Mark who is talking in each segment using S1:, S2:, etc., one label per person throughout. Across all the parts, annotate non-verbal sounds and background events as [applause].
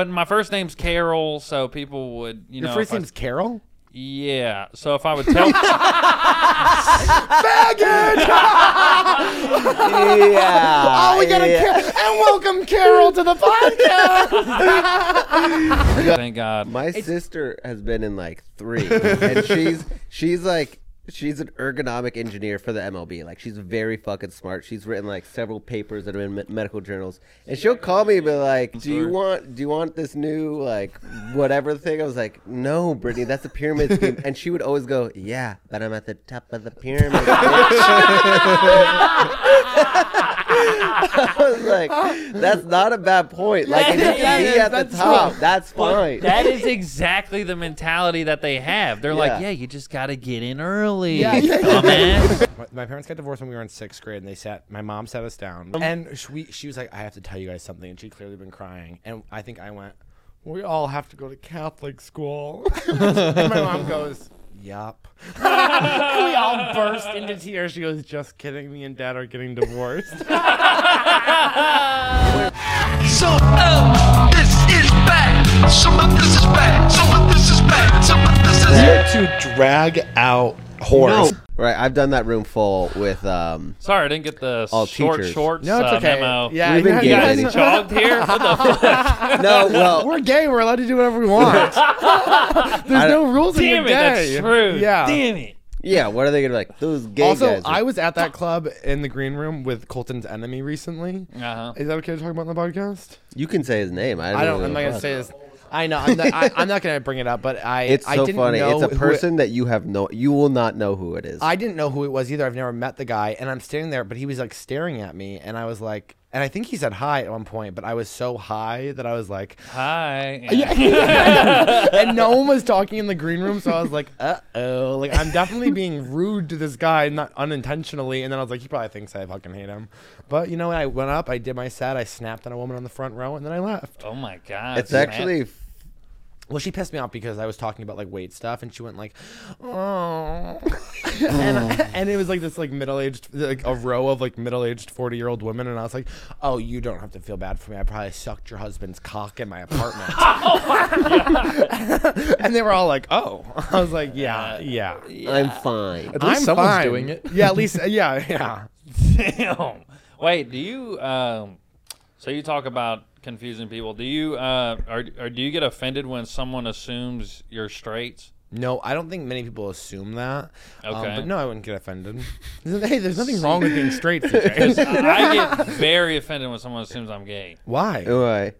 S1: But my first name's Carol, so people would, you know.
S2: Your first
S1: if I-
S2: name's Carol?
S1: yeah. So if I would
S2: [laughs]
S1: tell. [laughs]
S3: yeah.
S2: Oh, we got a
S3: yeah.
S2: Carol. And welcome Carol to the podcast.
S1: thank God.
S3: My sister has been in like three, and she's she's like she's an ergonomic engineer for the MLB. Like she's very fucking smart. She's written like several papers that are in me- medical journals, and she'll call me and be like, "Do you want do you want this new like whatever thing?" I was like, "No, Brittany, that's a pyramid scheme." And she would always go, "Yeah, but I'm at the top of the pyramid." bitch." [laughs] I was like, "That's not a bad point. Like, if you
S1: Yeah,
S3: can be
S1: yeah,
S3: at the
S1: that's
S3: top, that's fine."
S1: That is exactly the mentality that they have. They're like, yeah,
S3: Yeah.
S1: you just got to get in early.
S2: Yeah, yeah, yeah.
S1: dumbass."
S4: My- My parents got divorced when we were in sixth grade, and they sat. My mom sat us down, and she, we, she was like, "I have to tell you guys something," and she clearly been crying. And I think I went, "We all have to go to Catholic school." [laughs] and my mom goes, [laughs] "Yup." And we all burst into tears. She goes, "Just kidding. Me and Dad are getting divorced." [laughs]
S5: Some of um, this is bad. Some of this is bad. Some of this is bad. Some of this is bad.
S4: to drag out horse.
S3: Right, I've done that room full with
S4: [laughs]
S3: um.
S1: Sorry, I didn't get the
S3: All
S1: short
S3: teachers.
S1: shorts
S2: No, it's
S1: uh,
S2: okay.
S1: memo.
S2: Yeah,
S3: We've been
S2: you
S1: You
S3: Yeah,
S1: guys
S3: they-
S2: guys- [laughs]
S1: jogged here? What the
S3: No, well,
S2: We're gay. We're allowed to do whatever we
S4: [laughs]
S2: want. There's
S3: I
S2: no
S3: don't-
S2: rules in
S1: Damn
S2: the
S1: it, that's
S2: day.
S1: true.
S2: Yeah.
S1: Damn it.
S3: yeah. What are they gonna be like? Those gay
S4: Also,
S3: guys. are-
S4: I was at that club in the green room with Colton's enemy recently.
S1: Uh-huh.
S4: Is that okay to talk about on the podcast?
S3: you can say his name. I,
S4: I don't.
S3: really
S4: I'm not
S3: give a
S4: gonna
S3: fuck.
S4: say this. I know. I'm not, I, I'm not gonna bring it up. But I.
S3: It's
S4: I
S3: so
S4: didn't
S3: funny.
S4: Know
S3: It's a
S4: who
S3: person
S4: It,
S3: that you have no. You will not know who it is.
S4: I didn't know who it was either. I've never met the guy, and I'm standing there, but he was like staring at me, and I was like, and I think he said hi at one point, but I was so high that I was like,
S1: Hi.
S2: [laughs]
S4: and no one was talking in the green room, so I was like, uh oh, like I'm definitely being rude to this guy, not unintentionally. And then I was like, he probably thinks I fucking hate him, but you know, when I went up, I did my set, I snapped at a woman on the front row, and then I left.
S1: Oh, my God.
S3: it's
S1: man.
S3: actually.
S4: Well, she pissed me off because I was talking about like weight stuff, and she went like, "Oh," and, I- and it was like this like middle aged like a row of like middle aged forty year old women, and I was like, "Oh, you don't have to feel bad for me. I probably sucked your husband's cock in my
S6: [laughs]
S4: apartment."
S6: Oh
S4: and they were all like, "Oh," I was like, "Yeah, yeah."
S3: I'm fine.
S6: At least
S4: I'm
S6: someone's
S4: fine.
S6: doing it.
S4: Yeah, at least yeah, yeah.
S1: Damn. Wait, do you um so you talk about confusing people. Do you uh or, or do you get offended when someone assumes you're straight?
S4: No, I don't think many people assume that. Um,
S1: Okay.
S4: but no, I wouldn't get offended. [laughs] hey, there's nothing wrong with being straight.
S6: [laughs]
S4: CJ.
S1: I get very offended when someone assumes I'm gay
S4: Why?
S3: Anyway,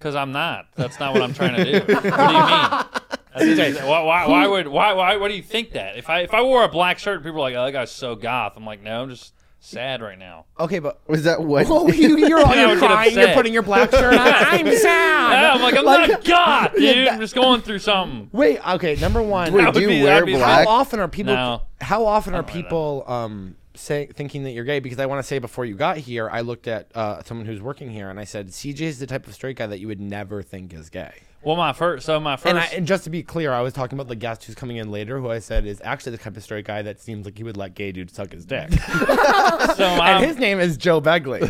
S1: cuz I'm not. That's not what I'm trying to do. what do you mean? That's- Why, why, why would why why why do you think that? If I if I wore a black shirt, people are like, "Oh, that guy's so goth." I'm like, "No, I'm just sad right now."
S4: Okay, but
S3: was that what?
S4: Oh, you,
S3: [laughs]
S1: [laughs]
S4: you're,
S1: I
S4: you're
S1: would get
S4: crying.
S1: upset.
S4: You're putting your black shirt on.
S1: [laughs]
S4: I'm
S1: Yeah,
S4: sad.
S1: I'm like, "I'm not goth, dude. I'm just going through something."
S4: Wait. Okay. Number one.
S3: Wait,
S1: That
S3: do
S1: would
S3: you
S1: be- that'd
S3: wear
S1: be-
S4: how
S3: black?
S4: often are people?
S1: No.
S4: How often are people um saying thinking that you're gay? Because I want to say before you got here, I looked at uh, someone who's working here, and I said CJ is the type of straight guy that you would never think is gay.
S1: Well, my first so my first
S4: And, I, and just to be clear, I was talking about the guest who's coming in later, who I said is actually the type of straight guy that seems like he would let gay dudes suck his
S1: [laughs]
S4: dick.
S1: so
S4: and
S1: my,
S4: his name is Joe Begley.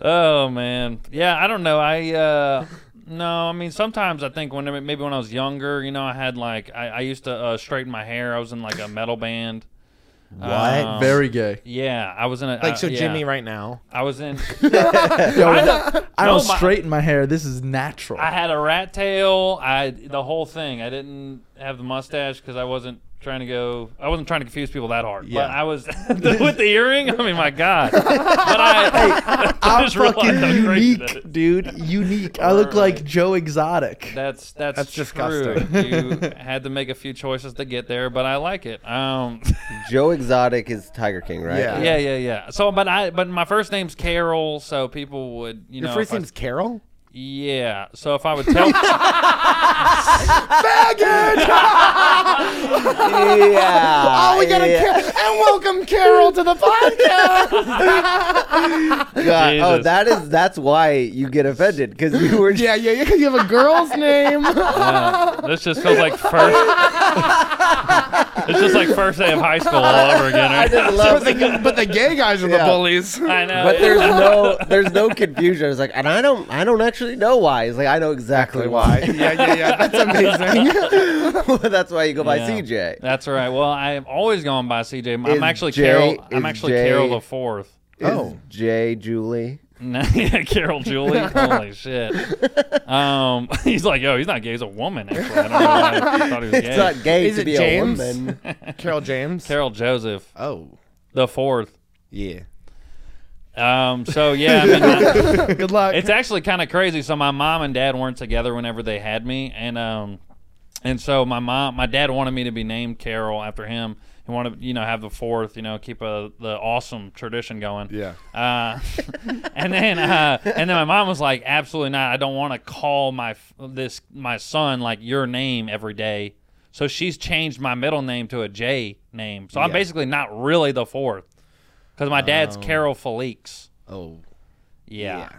S1: Oh man, yeah. I don't know. I uh, no. I mean, sometimes I think when maybe when I was younger, you know, I had like I, I used to uh, straighten my hair. I was in like a metal band. What?
S6: Very gay.
S1: yeah, I was in a
S4: like so,
S1: uh, Oh. yeah.
S4: Jimmy right now.
S1: [laughs] I was
S4: [laughs]
S1: in. I
S6: Yo, I don't,
S1: don't, no, my-
S6: straighten my hair. This is natural.
S1: I had a rat tail. I the whole thing. I didn't have the mustache because I wasn't trying to go. I wasn't trying to confuse people that hard.
S4: Yeah.
S1: But I was [laughs] with the earring. I mean, my
S6: [laughs]
S1: God. But I, [laughs] I
S6: I'm
S1: just realized
S6: fucking
S1: how crazy that is.
S6: unique, dude. Unique. I look like
S1: Right.
S6: Joe Exotic.
S1: That's that's,
S4: That's
S1: true.
S4: disgusting.
S1: you had to make a few choices to get there, but I like it.
S6: [laughs]
S1: Um,
S3: Joe Exotic is Tiger King, right?
S4: Yeah. [laughs]
S1: yeah, yeah, yeah. So, but I, but my first name's Carol, so people would, you
S4: Your
S1: know,
S4: first
S1: if I-
S4: name's Carol.
S1: Yeah. So if I would
S4: [laughs]
S1: tell, [laughs]
S3: yeah.
S2: Oh, we got to
S3: yeah.
S2: Car- and welcome Carol to the podcast.
S4: [laughs]
S3: God. Oh,
S1: Jesus.
S3: that is that's why you get offended because you were.
S2: yeah, yeah, yeah. Because you have a girl's
S3: [laughs]
S2: name.
S4: [laughs]
S1: Yeah. this just feels like first. it's just like first day of high school all over again.
S3: I
S1: Right?
S3: just love.
S2: but the gay guys are
S3: Yeah.
S2: bullies.
S1: I know.
S3: But
S1: [laughs]
S3: there's no there's no confusion. It's like, and I don't I don't actually know why. It's like I know exactly
S4: [laughs]
S3: why. [laughs]
S2: yeah, yeah, yeah. That's amazing.
S1: [laughs]
S3: that's why you go by
S1: Yeah.
S3: CJ.
S1: That's right. Well, I have always gone by CJ. I'm
S3: Is
S1: actually
S3: J-
S1: Carol. I'm
S3: is
S1: actually
S3: J-
S1: Carol the fourth. [laughs]
S3: Oh, J Julie.
S1: No, yeah, Carol
S3: [laughs]
S1: Julie. Holy shit. Um, [laughs] he's like, yo, he's not gay. He's a woman. Actually, I don't know why I thought he was
S3: [laughs] It's
S1: gay.
S3: not gay
S4: Is
S3: to
S4: it
S3: be
S1: [laughs]
S4: James?
S3: a woman.
S4: [laughs] Carol James.
S1: Carol Joseph
S4: Oh,
S1: the fourth.
S4: yeah.
S1: Um, so yeah, I mean,
S6: Good luck.
S1: it's actually kind of crazy. So my mom and dad weren't together whenever they had me, and um, and so my mom, my dad wanted me to be named Carol after him. He wanted, you know, have the fourth, you know, keep a, the awesome tradition going.
S4: Yeah.
S1: Uh, and then, uh, and then my mom was like, "Absolutely not! I don't want to call my f- this my son like your name every day." So she's changed my middle name to a J name. So I'm
S4: Yeah.
S1: basically not really the fourth, because my dad's Carol Felix.
S4: Oh.
S1: Yeah.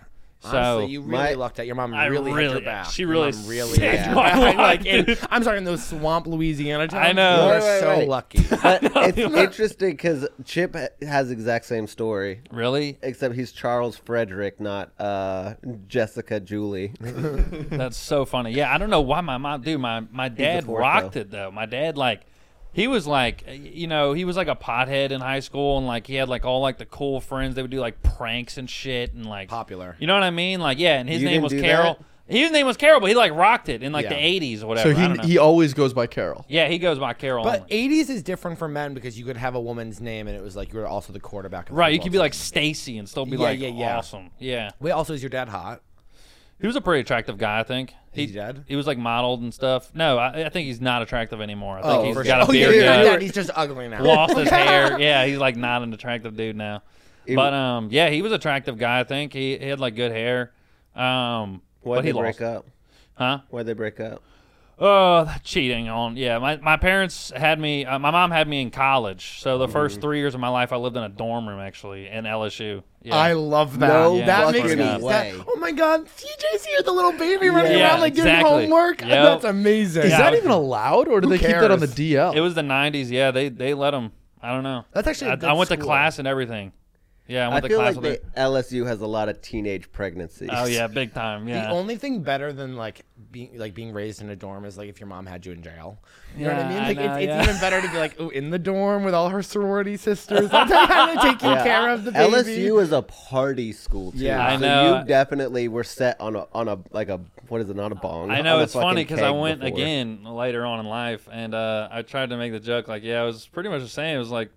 S1: So
S4: Honestly, you really
S3: my-
S4: lucked out. Your mom
S1: I
S4: really, hit your
S1: really-
S4: back.
S1: she
S4: Your
S1: really
S4: mom really.
S1: saved
S4: hit your
S1: my
S4: [laughs]
S1: life,
S4: back.
S1: [laughs]
S4: Like,
S1: dude.
S4: I'm sorry, in those swamp Louisiana towns.
S1: I know.
S4: You're
S3: Wait, wait,
S4: so
S3: wait.
S4: lucky.
S3: But it's interesting because Chip ha- has the exact same story,
S1: really,
S3: except he's Charles Frederick, not uh, Jessica Julie. [laughs]
S1: That's so funny. Yeah, I don't know why my mom, dude. My my dad
S3: fourth,
S1: rocked
S3: though.
S1: it though. My dad like, he was like, you know, he was like a pothead in high school, and like he had like all like the cool friends. They would do like pranks and shit, and like
S4: Popular.
S1: You know what I mean? Like yeah, and his
S3: You
S1: name
S3: didn't
S1: was
S3: do
S1: Carol. His name was Carol, but he like rocked it in like
S4: Yeah.
S1: the '80s or whatever.
S6: so
S1: I don't
S6: he
S1: know.
S6: he always goes by Carol.
S1: yeah, he goes by Carol.
S4: But
S1: only.
S4: 80s is different for men because you could have a woman's name and it was like you were also the quarterback. Of the
S1: right, you
S4: football
S1: could be
S4: team.
S1: like Stacy and still be
S4: Yeah,
S1: like
S4: yeah, yeah.
S1: awesome. Yeah,
S4: Wait, also is your dad hot?
S1: he was a pretty attractive guy. I think. He,
S4: he dead?
S1: He was like modeled and stuff. No, I, I think he's not attractive anymore. I think
S4: Oh,
S1: he's
S4: okay.
S1: got a
S4: [laughs] Oh, yeah,
S1: beard.
S4: he's
S1: now.
S4: not dead. He's just ugly
S1: [laughs]
S4: now.
S1: lost
S4: [laughs]
S1: his hair. Yeah, he's like not an attractive dude now. but um, yeah, he was an attractive guy. I think he, he had like good hair. Um,
S3: Why
S1: but he
S3: they
S1: lost,
S3: break up?
S1: huh?
S3: Why they break up?
S1: Oh, cheating on. Yeah, my, my parents had me. Uh, my mom had me in college. So the
S4: Mm-hmm.
S1: first three years of my life, I lived in a dorm room actually in LSU. Yeah.
S2: I love that.
S3: No
S1: Yeah,
S4: That
S3: fucking
S4: makes me.
S1: God.
S4: That,
S3: way.
S4: oh my God, CJ's here, the little baby running
S1: Yeah,
S4: around like doing
S1: exactly.
S4: homework.
S1: Yep.
S4: That's amazing.
S6: Is
S1: Yeah.
S6: that even allowed, or do they keep that on the
S4: cares?
S6: DL?
S1: it was the '90s. Yeah, they they let him. I don't know.
S4: That's actually a
S1: I,
S4: good
S1: I went to
S4: school.
S1: class and everything. Yeah, I
S3: I
S1: went to
S3: feel
S1: class
S3: like
S1: with
S3: the
S1: it.
S3: LSU has a lot of teenage pregnancies.
S1: Oh yeah, big time. Yeah.
S4: The only thing better than like being like being raised in a dorm is like if your mom had you in jail. You know what I
S1: Yeah,
S4: mean?
S1: I
S4: Like
S1: know,
S4: it's,
S1: yeah.
S4: it's even better to be like, oh, in the dorm with all her sorority sisters, like,
S1: [laughs]
S4: they're kinda taking care of the baby.
S3: LSU is a party school. Too,
S4: Yeah.
S1: I
S3: so
S1: know.
S3: You definitely were set on a on a like a what is it? Not a bong.
S1: I know
S3: on a
S1: it's funny
S3: fucking
S1: because I
S3: keg
S1: went
S3: before.
S1: again later on in life, and uh, I tried to make the joke like, yeah, I was pretty much the same. It was like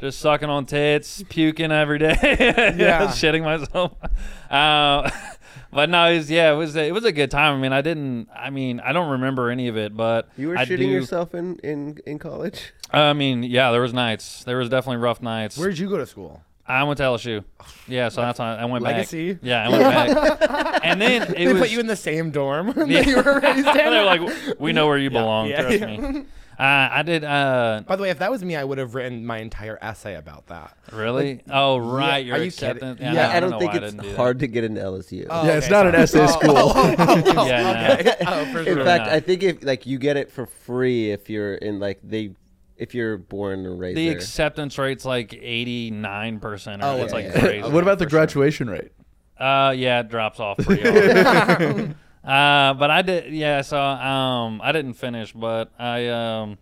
S1: just sucking on tits, puking every day, [laughs]
S4: Yeah.
S1: shitting myself. [laughs] Uh, [laughs] but no, it was, yeah, it was a, it was a good time. I mean, I didn't, I mean, I don't remember any of it, but
S3: You were
S1: I
S3: shitting
S1: do-
S3: yourself in in in college.
S1: I mean, yeah, there was nights, there was definitely rough nights.
S4: Where'd you go to school?
S1: I went to LSU, yeah, so that's why I went
S4: Legacy?
S1: back. Yeah, I went
S4: [laughs]
S1: back, and then it
S4: They
S1: was
S4: put you in the
S1: [laughs]
S4: same dorm that you were raised in.
S1: they're like, we know where you belong.
S4: yeah,
S1: trust
S4: yeah.
S1: me. Uh, I did. Uh,
S4: [laughs] By the way, if that was me, I would have written my entire essay about that.
S1: really? oh, right.
S4: are
S1: Your
S4: you
S1: acceptance.
S4: kidding?
S1: Yeah,
S4: Yeah,
S1: I,
S3: I don't
S1: know
S3: think
S1: why I
S3: it's
S1: didn't do that. Oh,
S3: hard to get into LSU.
S6: yeah, it's
S4: Okay,
S6: not an essay school.
S1: [laughs]
S6: [laughs]
S1: Yeah, no.
S4: [laughs] Oh, for
S3: in
S4: sure.
S3: fact,
S1: not.
S3: I think if like you get it for free if you're in like they if you're born and raised
S1: The
S3: there.
S1: acceptance rate's like eighty nine percent.
S4: Oh,
S1: Oh, it's
S4: yeah,
S1: like
S4: yeah.
S1: crazy.
S6: what about the graduation rate?
S1: Uh, yeah, it drops off
S4: [laughs]
S1: pretty hard. Uh, but I did, yeah. So, um, I didn't finish, but I, um,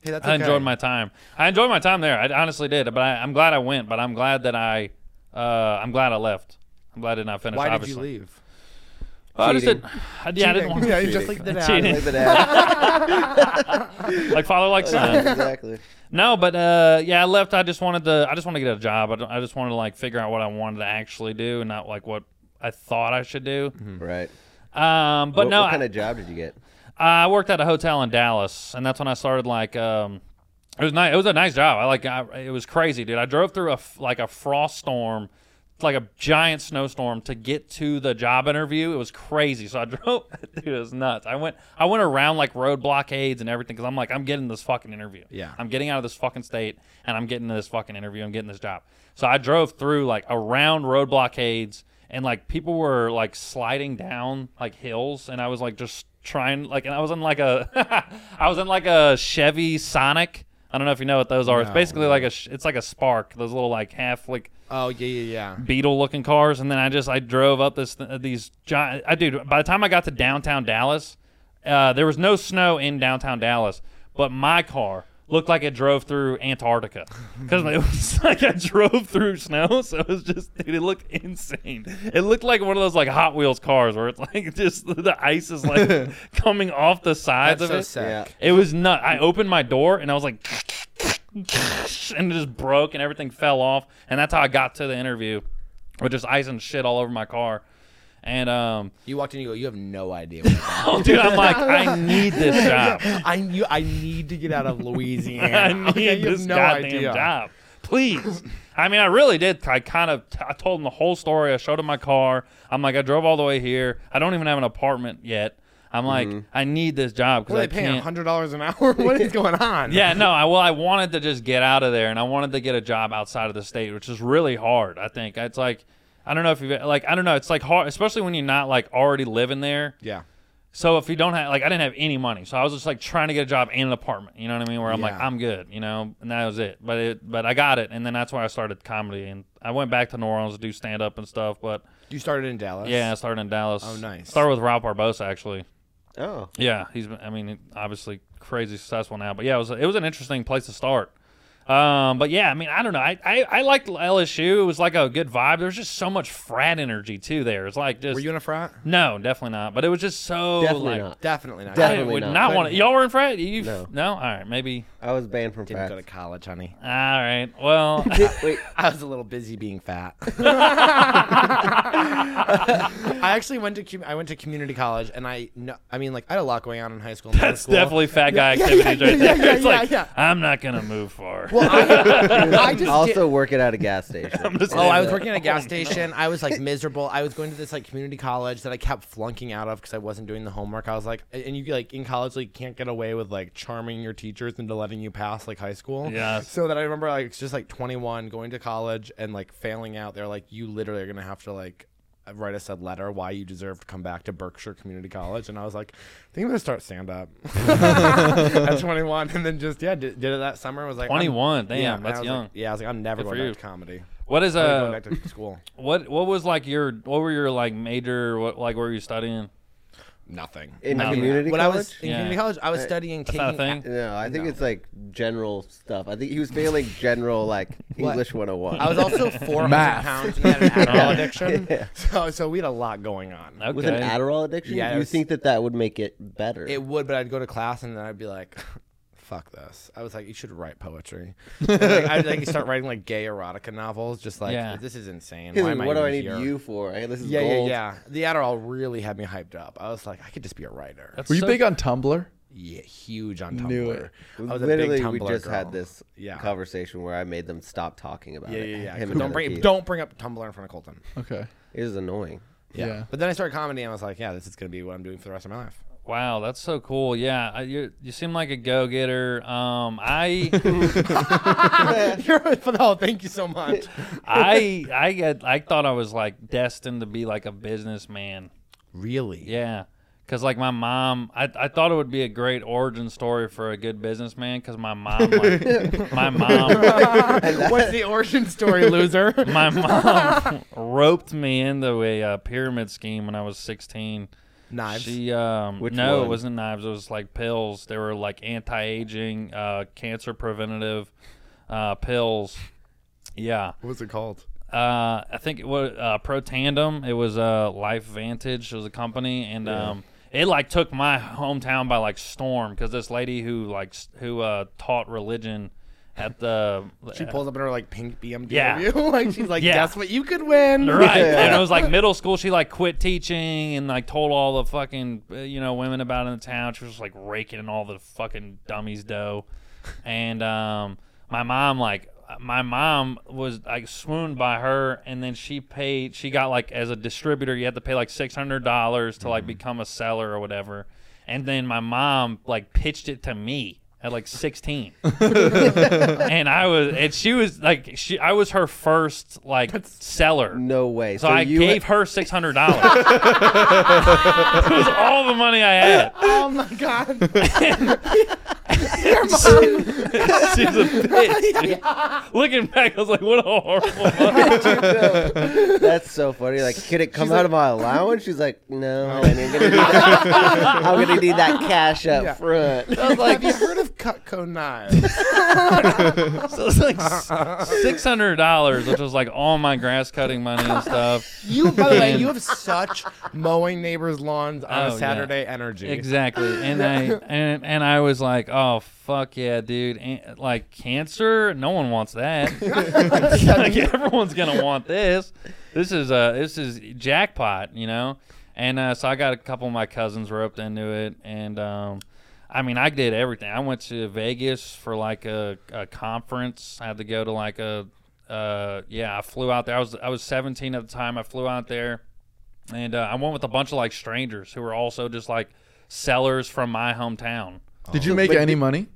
S4: Hey, that's
S1: I
S4: okay.
S1: enjoyed my time. I enjoyed my time there. I honestly did. But I, I'm glad I went. But I'm glad that I, uh, I'm glad I left. I'm glad I did not finish.
S4: Why did
S1: obviously.
S4: you leave?
S1: I just
S3: Cheating.
S1: didn't. I, yeah, I
S4: [laughs]
S1: didn't want to.
S4: Yeah, you just
S1: [laughs]
S4: like did
S1: Cheating.
S3: Look at that.
S1: like father
S4: [laughs]
S1: like son.
S3: exactly.
S1: no, but uh, yeah, I left. I just wanted to. I just wanted to get a job. I, don't- I just wanted to like figure out what I wanted to actually do, and not like what I thought I should do.
S4: Mm-hmm.
S3: Right.
S1: Um, but
S3: what,
S1: no,
S3: what kind
S1: I-
S3: of job did you get?
S1: Uh, I worked at a hotel in Dallas, and that's when I started like. Um, it was nice. It was a nice job. I like. I, it was crazy, dude. I drove through a f- like a frost storm like a giant snowstorm to get to the job interview. It was crazy. So I [laughs] drove. Dude, it was nuts. I went. I went around like road blockades and everything because I'm like, I'm getting this fucking interview.
S4: Yeah.
S1: [sighs] I'm getting out of this fucking state and I'm getting to this fucking interview. I'm getting this job. So I drove through like around road blockades and like people were like sliding down like hills and I was like just trying like and I was in like a [laughs] I was in like a Chevy Sonic. I don't know if you know what those are. it's
S4: No,
S1: basically like a sh- it's like a Spark. Those little like half like
S4: Oh yeah, yeah, yeah.
S1: beetle looking cars and then i just i drove up this these giant i dude by the time i got to downtown dallas uh, there was no snow in downtown dallas but my car looked like it drove through antarctica [laughs] because it was [laughs] like i drove through snow so it was just dude, it looked insane it looked like one of those like hot wheels cars where it's like [laughs] just the ice is
S4: [laughs]
S1: like coming off the sides
S4: That's so
S1: of it
S4: sick.
S1: it was nut. I opened my door and I was like, [laughs] and it just broke and everything fell off. And that's how I got to the interview with just ice and shit all over my car. And um,
S4: You walked in, you go, you have no idea.
S3: [laughs]
S4: What
S1: oh, [laughs] dude, I'm like,
S4: [laughs]
S1: I need this job.
S4: I you, I need to get out of
S1: [laughs]
S4: Louisiana.
S1: I need
S4: [laughs] Okay, you have
S1: this goddamn job. Please. I mean, I really did. I kind of I told him the whole story. I showed him my car. I'm like, I drove all the way here. I don't even have an apartment yet. I'm like, I need this job because
S4: Mm-hmm. What
S1: I
S4: are they paying?
S1: can't.
S4: hundred dollars an hour? [laughs] what is going on?
S1: Yeah, no. I well, I wanted to just get out of there, and I wanted to get a job outside of the state, which is really hard. I think it's like, I don't know if you have like, I don't know. It's like hard, especially when you're not like already living there.
S4: Yeah.
S1: So if you don't have like, I didn't have any money, so I was just like trying to get a job and an apartment. You know what I mean? Where I'm like,
S4: Yeah.
S1: I'm good. You know, and that was it. But it, but I got it, and then that's why I started comedy, and I went back to New Orleans to do stand up and stuff. But
S4: You started in Dallas.
S1: yeah, I started in Dallas.
S4: Oh, nice.
S1: Started with Rob Barbosa actually.
S3: Oh,
S1: Yeah, he's. been- I mean, obviously crazy successful now, but yeah, it was it was an interesting place to start. Um, but yeah, I mean, I don't know. I, I I liked LSU. It was like a good vibe. There was just so much frat energy too. There, it's like just
S4: Were you in a frat?
S1: no, definitely not. But it was just so
S3: definitely
S1: like
S3: not.
S4: Definitely not.
S1: I
S3: Definitely
S1: would
S3: not.
S1: not, want to. Y'all were in frat. You
S3: No.
S1: no. All right, maybe.
S3: I was banned from
S4: Didn't go to
S3: frats.
S4: college, honey.
S1: All right.
S4: [laughs]
S1: Well,
S3: Wait,
S4: I was a little busy
S1: [laughs]
S4: being [laughs] fat. I actually went to com- I went to community college, and I no, I mean like I had a lot going on in high school. and middle
S1: that's
S4: school.
S1: [laughs] definitely fat guy activities right there. [laughs]
S4: yeah,
S1: it's
S4: yeah,
S1: like
S4: yeah.
S1: I'm not gonna move far. [laughs]
S4: I just
S3: also
S4: did-
S3: working at a
S4: [laughs]
S3: gas station.
S1: just-
S4: Oh, I was
S1: Yeah.
S4: working at a
S1: [laughs] Oh,
S4: gas
S1: no.
S4: station. I was like miserable. I was going to this like community college that I kept flunking out of because I wasn't doing the homework. I was like, and you like in college like can't get away with like charming your teachers into letting you pass like high school.
S1: Yes.
S4: So that I remember like it's just like 21 going to college and like failing out. They're like, you literally are gonna have to like write us a letter why you deserve to come back to Berkshire Community College. And I was like, I think I'm gonna start
S1: [laughs]
S4: stand up at 21, and then just yeah, did, did it that summer. Was like I'm-
S1: 21, damn,
S4: and I
S1: that's
S4: was
S1: young.
S4: Like, yeah, I was like, I'm never
S1: Good for
S4: going
S1: you.
S4: back to comedy.
S1: what is
S4: I'm
S1: uh?
S4: going
S1: [laughs]
S4: back to school.
S1: What what was like your what were your like major what like where were you studying?
S4: Nothing.
S3: in
S1: No.
S3: community
S4: when I
S3: college.
S4: was in
S1: Yeah.
S4: community college, I was studying
S1: That's
S4: taking
S1: not a thing.
S3: No, I think it's like general stuff. I think he was failing general
S4: [laughs]
S3: like English 101. [laughs]
S4: I was also 400
S6: Math.
S4: pounds and had an
S1: Yeah.
S4: Adderall addiction. So, so we had a lot going on.
S1: Okay.
S3: with an Adderall addiction.
S4: Yeah,
S3: Do
S4: it
S3: you
S4: was-
S3: think that that would make it better? [laughs]
S4: It would, but I'd go to class and then I'd be like, [laughs] fuck this. I was like, you should write poetry.
S1: [laughs]
S4: And, like, I'd like start writing like gay erotica novels. Just like,
S1: Yeah.
S4: this is insane.
S3: Hey,
S4: Why am I
S3: what do
S4: even
S3: I need
S4: here?
S3: you for? I, this is
S4: Yeah, yeah,
S3: gold.
S4: yeah. The Adderall really had me hyped up. I was like, I could just be a writer.
S1: That's
S6: Were you
S1: so-
S6: big on Tumblr?
S4: yeah, huge on Tumblr.
S6: Knew it.
S4: I was
S3: Literally,
S4: a big Tumblr
S3: we just had
S4: girl.
S3: this
S4: Yeah.
S3: conversation where I made them stop talking about
S4: Yeah,
S3: it.
S4: yeah, yeah.
S3: Him and
S4: Don't
S3: other
S4: bring
S3: people.
S4: don't bring up Tumblr in front of Colton.
S6: Okay.
S3: It was annoying.
S4: Yeah.
S6: Yeah.
S4: But then I started comedy and I was like, yeah, this is going to be what I'm doing for the rest of my life.
S1: Wow, that's so cool. Yeah, I, you you seem like a go getter. Um,
S6: [laughs]
S1: I [laughs]
S4: [laughs] You're for the whole, thank you so much.
S1: I I get I thought I was like destined to be like a businessman.
S4: really?
S1: Yeah. Cause like my mom, I, I thought it would be a great origin story for a good businessman. Cause my mom,
S6: [laughs]
S1: like, my mom,
S4: What's the origin story,
S1: [laughs]
S4: loser?
S1: my mom [laughs] roped me into a uh, pyramid scheme when I was sixteen.
S4: Knives.
S1: She um
S3: Which
S1: no,
S3: one?
S1: it wasn't knives. It was like pills. They were like anti-aging, uh, cancer preventative uh, pills. Yeah,
S4: what was it called?
S1: uh, I think it was uh, Pro Tandem. It was uh, Life Vantage. It was a company, and um, it like took my hometown by like storm because this lady who like s- who uh, taught religion at the
S4: She pulls up in her like pink BMW.
S1: Yeah.
S4: [laughs] like she's like,
S1: Yeah.
S4: guess what you could win. [laughs]
S1: Right. And it was like middle school. She like quit teaching and like told all the fucking uh, you know women about it in the town. She was just like raking in all the fucking dummies dough. And um, my mom like uh, my mom was like swooned by her, and then she paid. She got like as a distributor, you had to pay like six hundred dollars to like become a seller or whatever. And then my mom like pitched it to me at like sixteen, and I was and she was like she I was her first like seller.
S3: No way.
S1: So, I
S3: you
S1: gave her six hundred dollars. it was all the money I had.
S2: Oh my god.
S1: She's a bitch. dude. Looking back, I was like, what a horrible mother.
S3: That's so funny. Like, could it come out of my allowance? She's like, no, I ain't gonna do that. I'm gonna need that cash up front.
S2: I was like, have you heard of Cutco
S1: [laughs]
S2: knives?
S1: So it's like six hundred dollars, which was like all my grass cutting money and stuff.
S2: You, by the way, you have such mowing neighbors' lawns on
S1: Oh,
S2: a
S1: yeah.
S2: Saturday energy.
S1: Exactly. And I and and I was like, oh fuck yeah, dude. And, like cancer, no one wants that. like everyone's gonna want this. This is uh this is jackpot, you know. And uh, so I got a couple of my cousins roped into it, and um, I mean I did everything. I went to Vegas for like a, a conference. I had to go to like a uh, yeah. I flew out there. I was I was 17 at the time. I flew out there, and uh, I went with a bunch of like strangers who were also just like sellers from my hometown.
S6: Did
S4: Oh.
S6: you make any money?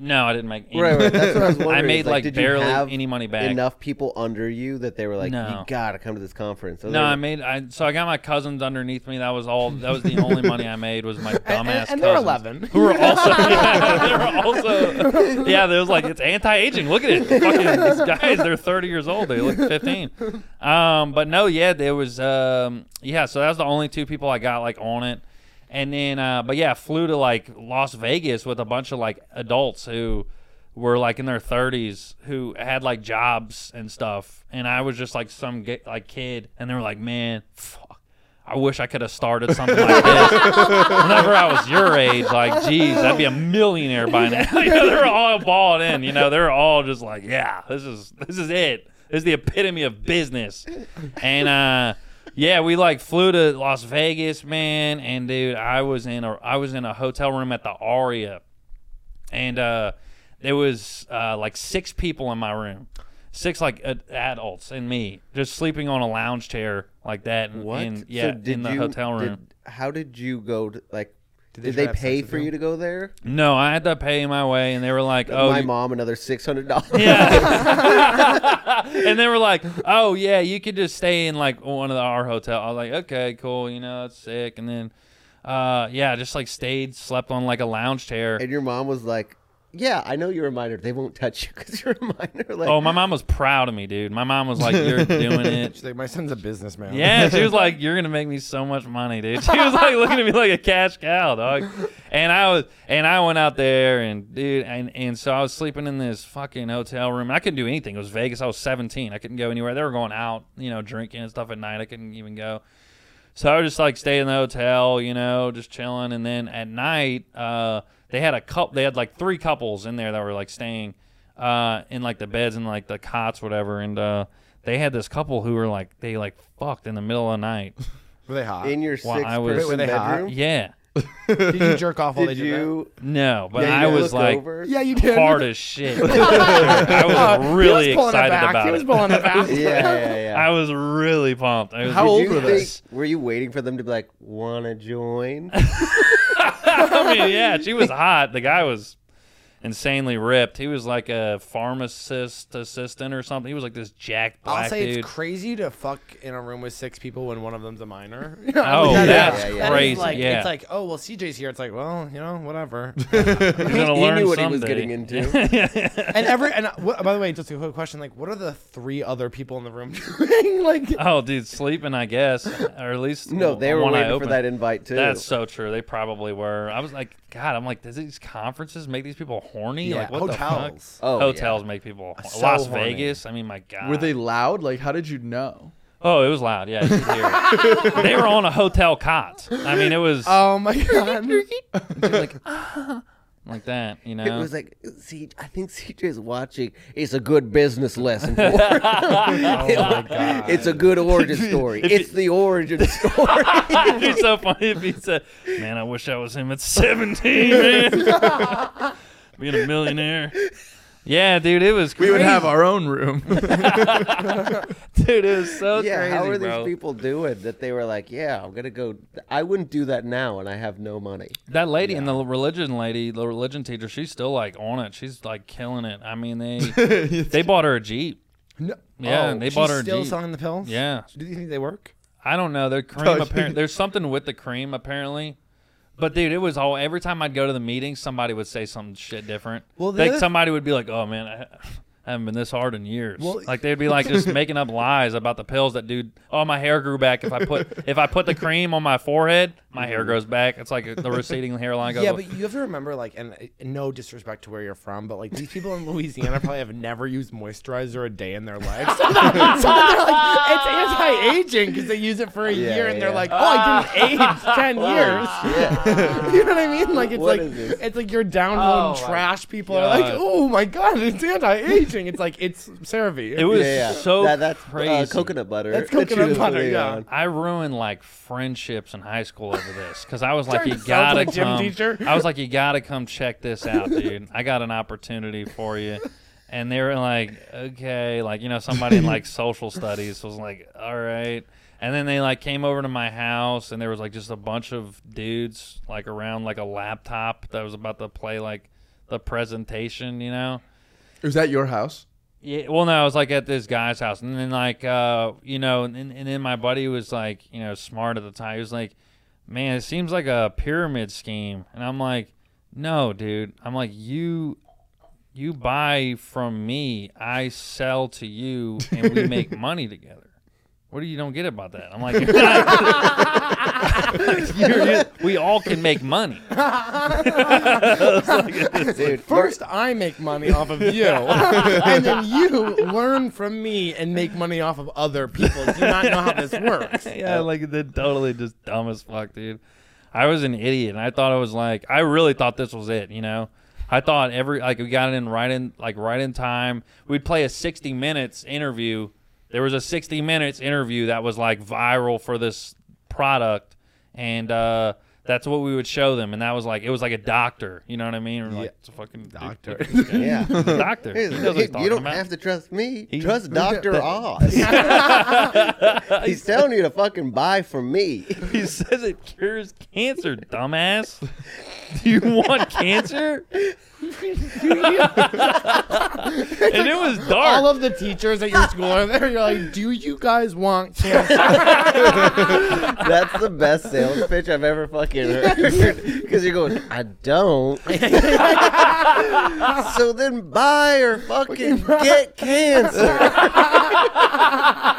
S1: No, I didn't make any
S3: Right, right. That's what I was wondering.
S1: I made
S3: is,
S1: like,
S3: did you
S1: barely
S3: have
S1: any money back.
S3: Enough people under you that they were like,
S1: No.
S3: you gotta come to this
S1: [laughs]
S3: conference.
S1: No, I made. I so I got my cousins underneath me. That was all. That was the only money I made was my dumbass
S2: [laughs] And,
S1: cousins.
S2: and they're 11.
S1: Who were also, yeah, they were also, yeah. There was like it's anti-aging. Look at it, Fucking, these guys. They're 30 years old. They look 15. Um, but no, yeah, there was, um, yeah. So that was the only two people I got like on it, and then, uh, but yeah, flew to like Las Vegas with a bunch of like adults who were like in their 30s who had like jobs and stuff, and I was just like some ga- like kid, and they were like, man, fuck. I wish I could have started something like this. Whenever I was your age, like, geez, I'd be a millionaire by [laughs] now. you know, they're all balled in. You know, they're all just like, yeah, this is this is it. This is the epitome of business. And uh, yeah, we like flew to Las Vegas, man. And dude, I was in a I was in a hotel room at the Aria and uh, there was uh, like six people in my room, six like ad- adults and me, just sleeping on a lounge chair like that. In,
S3: What?
S1: in-
S3: So
S1: yeah,
S3: did
S1: in the
S3: you-
S1: hotel room.
S3: did- how did you go? To, like, did
S4: they
S3: they,
S4: try to have
S3: pay
S4: sex with
S3: for
S4: you?
S3: you to go there?
S1: no, I had to pay my way, and they were like, "Oh,
S3: My
S1: you-
S3: mom another six hundred dollars.
S1: Yeah. [laughs] and they were like, "Oh yeah, you could just stay in like one of the, our hotel." I was like, "Okay, cool. You know, that's sick." And then, uh, yeah, just like stayed, slept on like a lounge chair.
S3: And your mom was like, "Yeah, I know you're a minor. They won't touch you because you're a minor." [laughs] Like,
S1: Oh, my mom was proud of me, dude. My mom was like,
S3: [laughs]
S1: "You're doing it."
S4: She's [laughs] like, my son's a businessman.
S1: Yeah, she was like, "You're gonna make me so much money, dude." [laughs] She was like looking at me like a cash cow, dog. And I was, and I went out there, and dude, and and so I was sleeping in this fucking hotel room. I couldn't do anything. It was Vegas. I was 17. I couldn't go anywhere. They were going out, you know, drinking and stuff at night. I couldn't even go. So I would just like stay in the hotel, you know, just chilling. And then at night, uh, they had a couple. They had like three couples in there that were like staying uh, in like the beds and like the cots, whatever. And uh, they had this couple who were like they like fucked in the middle of the night.
S4: Were they hot? [laughs]
S3: in your
S1: Well, I
S3: six-person
S1: was-
S4: Wait, were they hot?
S3: bedroom.
S1: Yeah,
S2: Did you jerk off while
S3: Did
S2: they did that?
S3: you?
S1: no, but
S3: did
S1: I
S3: you
S1: was
S3: look
S1: like
S3: over?
S2: Yeah, you did.
S1: hard as shit. I was really
S2: he was pulling
S1: excited
S2: it back.
S1: about
S2: he was
S1: it.
S2: pulling it back.
S3: Yeah, yeah, yeah.
S1: I was really pumped. I was
S6: How
S1: like,
S6: old
S3: Did you
S6: were they?
S3: think- Were you waiting for them to be like,
S1: [laughs]
S3: "Wanna join?"
S1: I mean, yeah, she
S3: [laughs]
S1: was hot. The guy was insanely ripped. He was like a pharmacist assistant or something. He was like this jack black
S4: I'll say
S1: dude.
S4: it's crazy to fuck in a room with six people when one of them's a minor. [laughs]
S1: oh,
S3: Yeah,
S1: that's
S3: yeah, yeah.
S4: That is
S1: crazy.
S4: like-
S1: yeah,
S4: It's like, oh well, CJ's here. It's like, well, you know, whatever. [laughs]
S1: he's gonna
S3: he
S1: learn
S3: knew what he
S1: someday.
S3: was getting
S1: [laughs]
S3: into.
S4: and every and uh, what, by the way, just a quick question: like, what are the three other people in the room? [laughs]
S2: like,
S1: Oh, dude, sleeping, I guess, or at least
S3: no, they were
S1: one I
S3: waiting for
S1: opened.
S3: that invite too.
S1: That's so true. They probably were. I was like, God, I'm like, does these conferences make these people horny? like, what
S4: hotels.
S1: The fuck?
S3: Oh,
S1: Hotels make people
S4: So
S1: Las
S4: horny.
S1: Vegas. I mean, my God.
S6: Were they loud? Like, how did you know?
S1: Oh, it was loud. Yeah, you could hear it. they were on a hotel cot. I mean, it was
S2: oh my god.
S1: like that. You know,
S3: It
S1: [laughs]
S3: was like, see, I think CJ's watching. It's a good business lesson.
S1: [laughs]
S3: For her." [laughs] It's a good origin story.
S1: Oh If you-
S3: It's
S1: [laughs]
S3: the origin story.
S1: It'd be so funny if he said, "Man, I wish I was him at 17, man, being a millionaire." Yeah, dude, it was.
S6: We
S1: Crazy.
S6: would have our own
S4: [laughs]
S6: room. [laughs]
S1: dude. It was so
S3: [laughs] yeah,
S1: crazy,
S3: how are these
S1: bro.
S3: people doing that they were like, yeah, I'm gonna go. I wouldn't do that now, and I have no money.
S1: That lady and the religion lady, the religion teacher, she's still like on it. She's like killing it. I mean, they they bought her a jeep.
S4: No. Oh,
S1: Yeah, and they
S4: she's
S1: bought her a
S4: still
S1: Jeep.
S4: selling the pills.
S1: Yeah,
S4: Do you think they work?
S1: I don't know. Their
S3: [laughs] Oh,
S1: cream apparent. There's something with the cream apparently. But dude, it was all. Every time I'd go to the meeting, somebody would say some shit different.
S4: Well,
S1: Well,
S4: the
S1: like
S4: other-
S1: somebody would be like, "Oh man, I, I haven't been this hard in years." like they'd be like
S3: [laughs]
S1: just making up lies about the pills that dude. Oh, my hair grew back if I put if I put the cream on my forehead, my
S3: Mm-hmm.
S1: hair grows back. It's like the receding hairline goes.
S4: Yeah, but you have to remember, like, and uh, no disrespect to where you're from, but like these people in Louisiana probably have never used moisturizer a day in their lives. [laughs] so they're like, it's anti-aging because they use it for a
S3: Yeah,
S4: year, and they're
S3: yeah.
S4: like, oh, I didn't age
S1: [laughs]
S4: ten years. [laughs]
S3: [laughs]
S4: you know what I mean? Like it's
S3: What
S4: like
S3: is this?
S4: it's like your downhill
S1: Oh, my
S4: trash people are like,
S1: God.
S4: oh my god, it's anti-aging. It's like it's CeraVe.
S1: it was
S3: Yeah, yeah.
S1: so
S3: That- that's uh,
S1: crazy.
S3: coconut butter.
S4: That's
S3: that she
S4: coconut
S3: was
S4: butter,
S3: putting
S4: yeah.
S3: on.
S1: I ruined like friendships in high school over this because I was like,
S4: Trying
S1: you
S4: to sell to
S1: gotta
S4: a gym
S1: come.
S4: teacher.
S1: I was like, you gotta come check this out, dude. I got an opportunity for you. And they were like, okay, like you know, somebody in like social studies was like, all right. And then they like came over to my house, and there was like just a bunch of dudes like around like a laptop that was about to play like the presentation, you know.
S6: Is that your house?
S1: Yeah, well, no, I was like at this guy's house, and then like uh, you know, and, and then my buddy was like, you know, smart at the time. He was like, "Man, it seems like a pyramid scheme," and I'm like, "No, dude." I'm like, "You, you buy from me, I sell to you, and we make money together." What do you don't get about that? I'm like, [laughs] You're- you're- we all can make money.
S3: Dude,
S4: First, I make money off of [laughs] you, and then you learn from me and make money off of other people. Do you not know how this
S1: [laughs]
S4: works. [laughs]
S1: yeah, like they're totally just dumb as fuck, dude. I was an idiot, and I thought I was like, I really thought this was it, you know. I thought every like we got in right in like right in time. We'd play a sixty minutes interview. There was a sixty minutes interview that was like viral for this product, and uh, that's what we would show them. And that was like it was like a doctor, you know what I mean? We're like, it's a fucking doctor,
S3: yeah.
S1: [laughs]
S3: [laughs]
S1: doctor. He knows what he's
S3: you
S1: talking
S3: don't
S1: about.
S3: have to trust me. trust Doctor
S1: [laughs]
S3: Oz. He's telling you to fucking buy from me.
S1: [laughs] He says it cures cancer, dumbass. Do you want
S3: [laughs]
S1: cancer? and it was dark.
S4: All of the teachers at your school are there. You're like, do you guys want cancer?
S3: That's the best sales pitch I've ever fucking heard.
S1: [laughs]
S3: Because you're going, I don't. [laughs] so then buy or fucking get cancer. [laughs]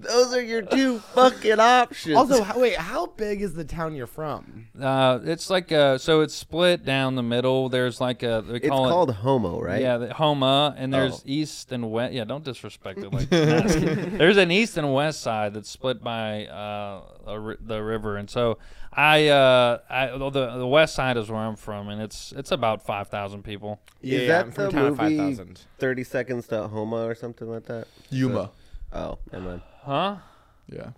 S3: Those are your two fucking options.
S4: also, how, wait, how big is the town you're from?
S1: uh, it's like uh so it's split down the middle. There's like a they
S3: it's
S1: call it-
S3: called Homo, right?
S1: yeah, the Homa, and there's
S3: Oh.
S1: east and west. Yeah, don't disrespect it
S3: [laughs]
S1: like that. there's an east and west side that's split by uh, a ri- the river, and so I, uh, I the the west side is where I'm from, and it's it's about five thousand people.
S4: Yeah,
S3: Is that
S4: I'm from
S3: the
S4: a town of
S3: movie
S4: 5,000.
S3: 30 Seconds to Homo or something like that?
S6: Yuma.
S3: Oh, never mind.
S1: Huh?
S6: Yeah.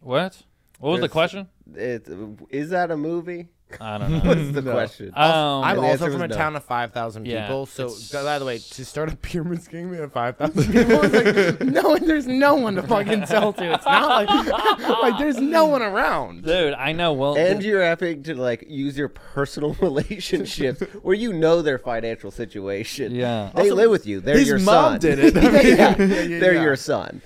S1: What? What was the
S3: There's-
S1: question?
S3: It's, is that a movie?
S1: I don't
S3: [laughs]
S1: know.
S3: That's the question.
S1: Um,
S4: Oh, I'm
S3: the
S4: also
S3: answer
S4: from
S3: was
S4: a
S3: no.
S4: town of 5,000
S1: Yeah,
S4: people. So,
S1: it's-
S4: by the way, to start a [laughs] pyramid scheme of 5,000 [laughs] people, it's like, no, there's no one to fucking sell to. It's not like, [laughs] like there's no one around.
S1: dude, I know. Well,
S3: and you're having to like use your personal [laughs] relationships where you know their financial situation.
S1: Yeah.
S3: they live with you. They're
S6: his
S3: your
S6: mom
S3: son.
S6: did
S3: [laughs]
S6: it.
S3: yeah,
S4: yeah,
S3: they're
S4: yeah.
S3: your son.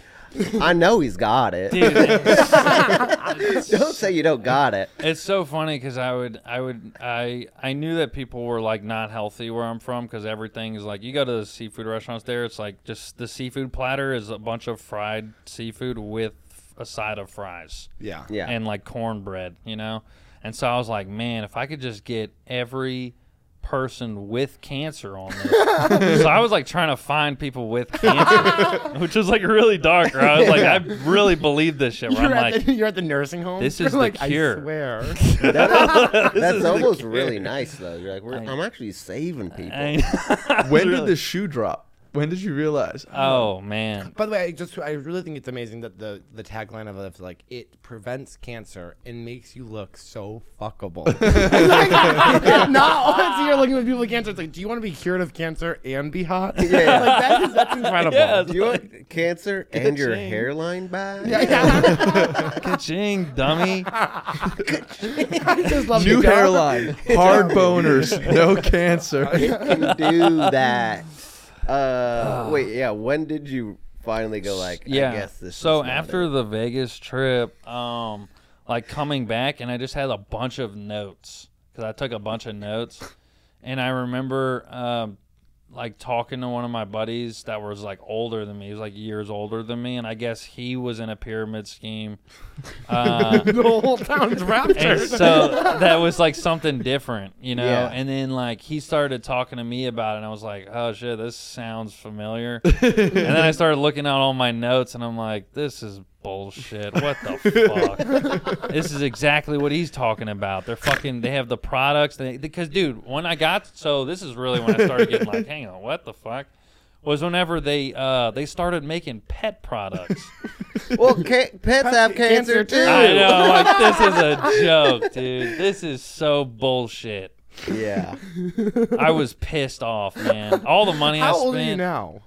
S3: I know he's got it.
S1: dude, it's,
S3: [laughs] Don't say you don't got it.
S1: it's so funny because I would, I would, I, I knew that people were like not healthy where I'm from because everything is like you go to the seafood restaurants there. It's like just the seafood platter is a bunch of fried seafood with a side of fries.
S4: Yeah.
S3: Yeah,
S1: and like cornbread, you know? And so I was like, man, if I could just get every person with cancer on this. so I was like trying to find people with cancer, which is like really dark, right? I was like, I really believe this shit. Where
S4: You're,
S1: I'm
S4: at
S1: like,
S4: the, [laughs] you're at the nursing home.
S1: this
S4: You're
S1: is the
S4: like,
S1: cure.
S4: I [laughs] swear.
S3: that's almost really nice though. You're like, we're, I'm actually saving people.
S1: I-
S4: [laughs]
S6: When did the shoe drop? When did you realize?
S1: [laughs]
S4: Uh,
S1: Oh
S4: [laughs]
S1: man.
S4: By the way, I just I really think it's amazing that the the tagline of it is like it prevents cancer and makes you look so [laughs] fuckable. [laughs] Not once you're looking at people with cancer, it's like, do you want to be cured of cancer and be hot?
S3: [laughs]
S4: [laughs]
S3: Yeah.
S4: like that is that's
S3: [laughs]
S4: incredible.
S1: Yeah.
S3: Do you want cancer and your
S1: Ka-ching.
S3: hairline back?
S1: Ka-ching, dummy.
S4: I just love
S6: New
S4: the job. [laughs]
S6: hairline, hard boners, no cancer.
S3: It can do that.
S1: [sighs]
S3: Uh, wait, yeah. When did you finally go like?
S1: Yeah.
S3: I guess this
S1: so
S3: is not
S1: after
S3: it.
S1: the Vegas trip, um, like coming back, and I just had a bunch of notes because I took a bunch of notes, and I remember um, like talking to one of my buddies that was like older than me. He was like years older than me, and I guess he was in a pyramid
S3: [laughs]
S1: scheme. Uh,
S4: the whole town's
S1: and
S4: raptured.
S1: so that was like something different, you know.
S3: Yeah.
S1: And then like he started talking to me about it, and I was like, "Oh shit, this sounds familiar." and then I started looking at all my notes, and I'm like, "This is bullshit. What the fuck? this is exactly what he's talking about. They're fucking. They have the products. They, because dude, when I got so this is really when I started getting like, hang on, what the fuck." Was whenever they uh, they started making pet products.
S3: well,
S4: [laughs]
S3: ca- pets have
S4: cancer
S3: cancer, too.
S1: I [laughs] know, like this is a
S4: [laughs]
S1: joke, dude. This is so bullshit.
S3: Yeah.
S1: I was pissed off, man. All the money I
S4: [laughs] How
S1: spent.
S4: old are you now?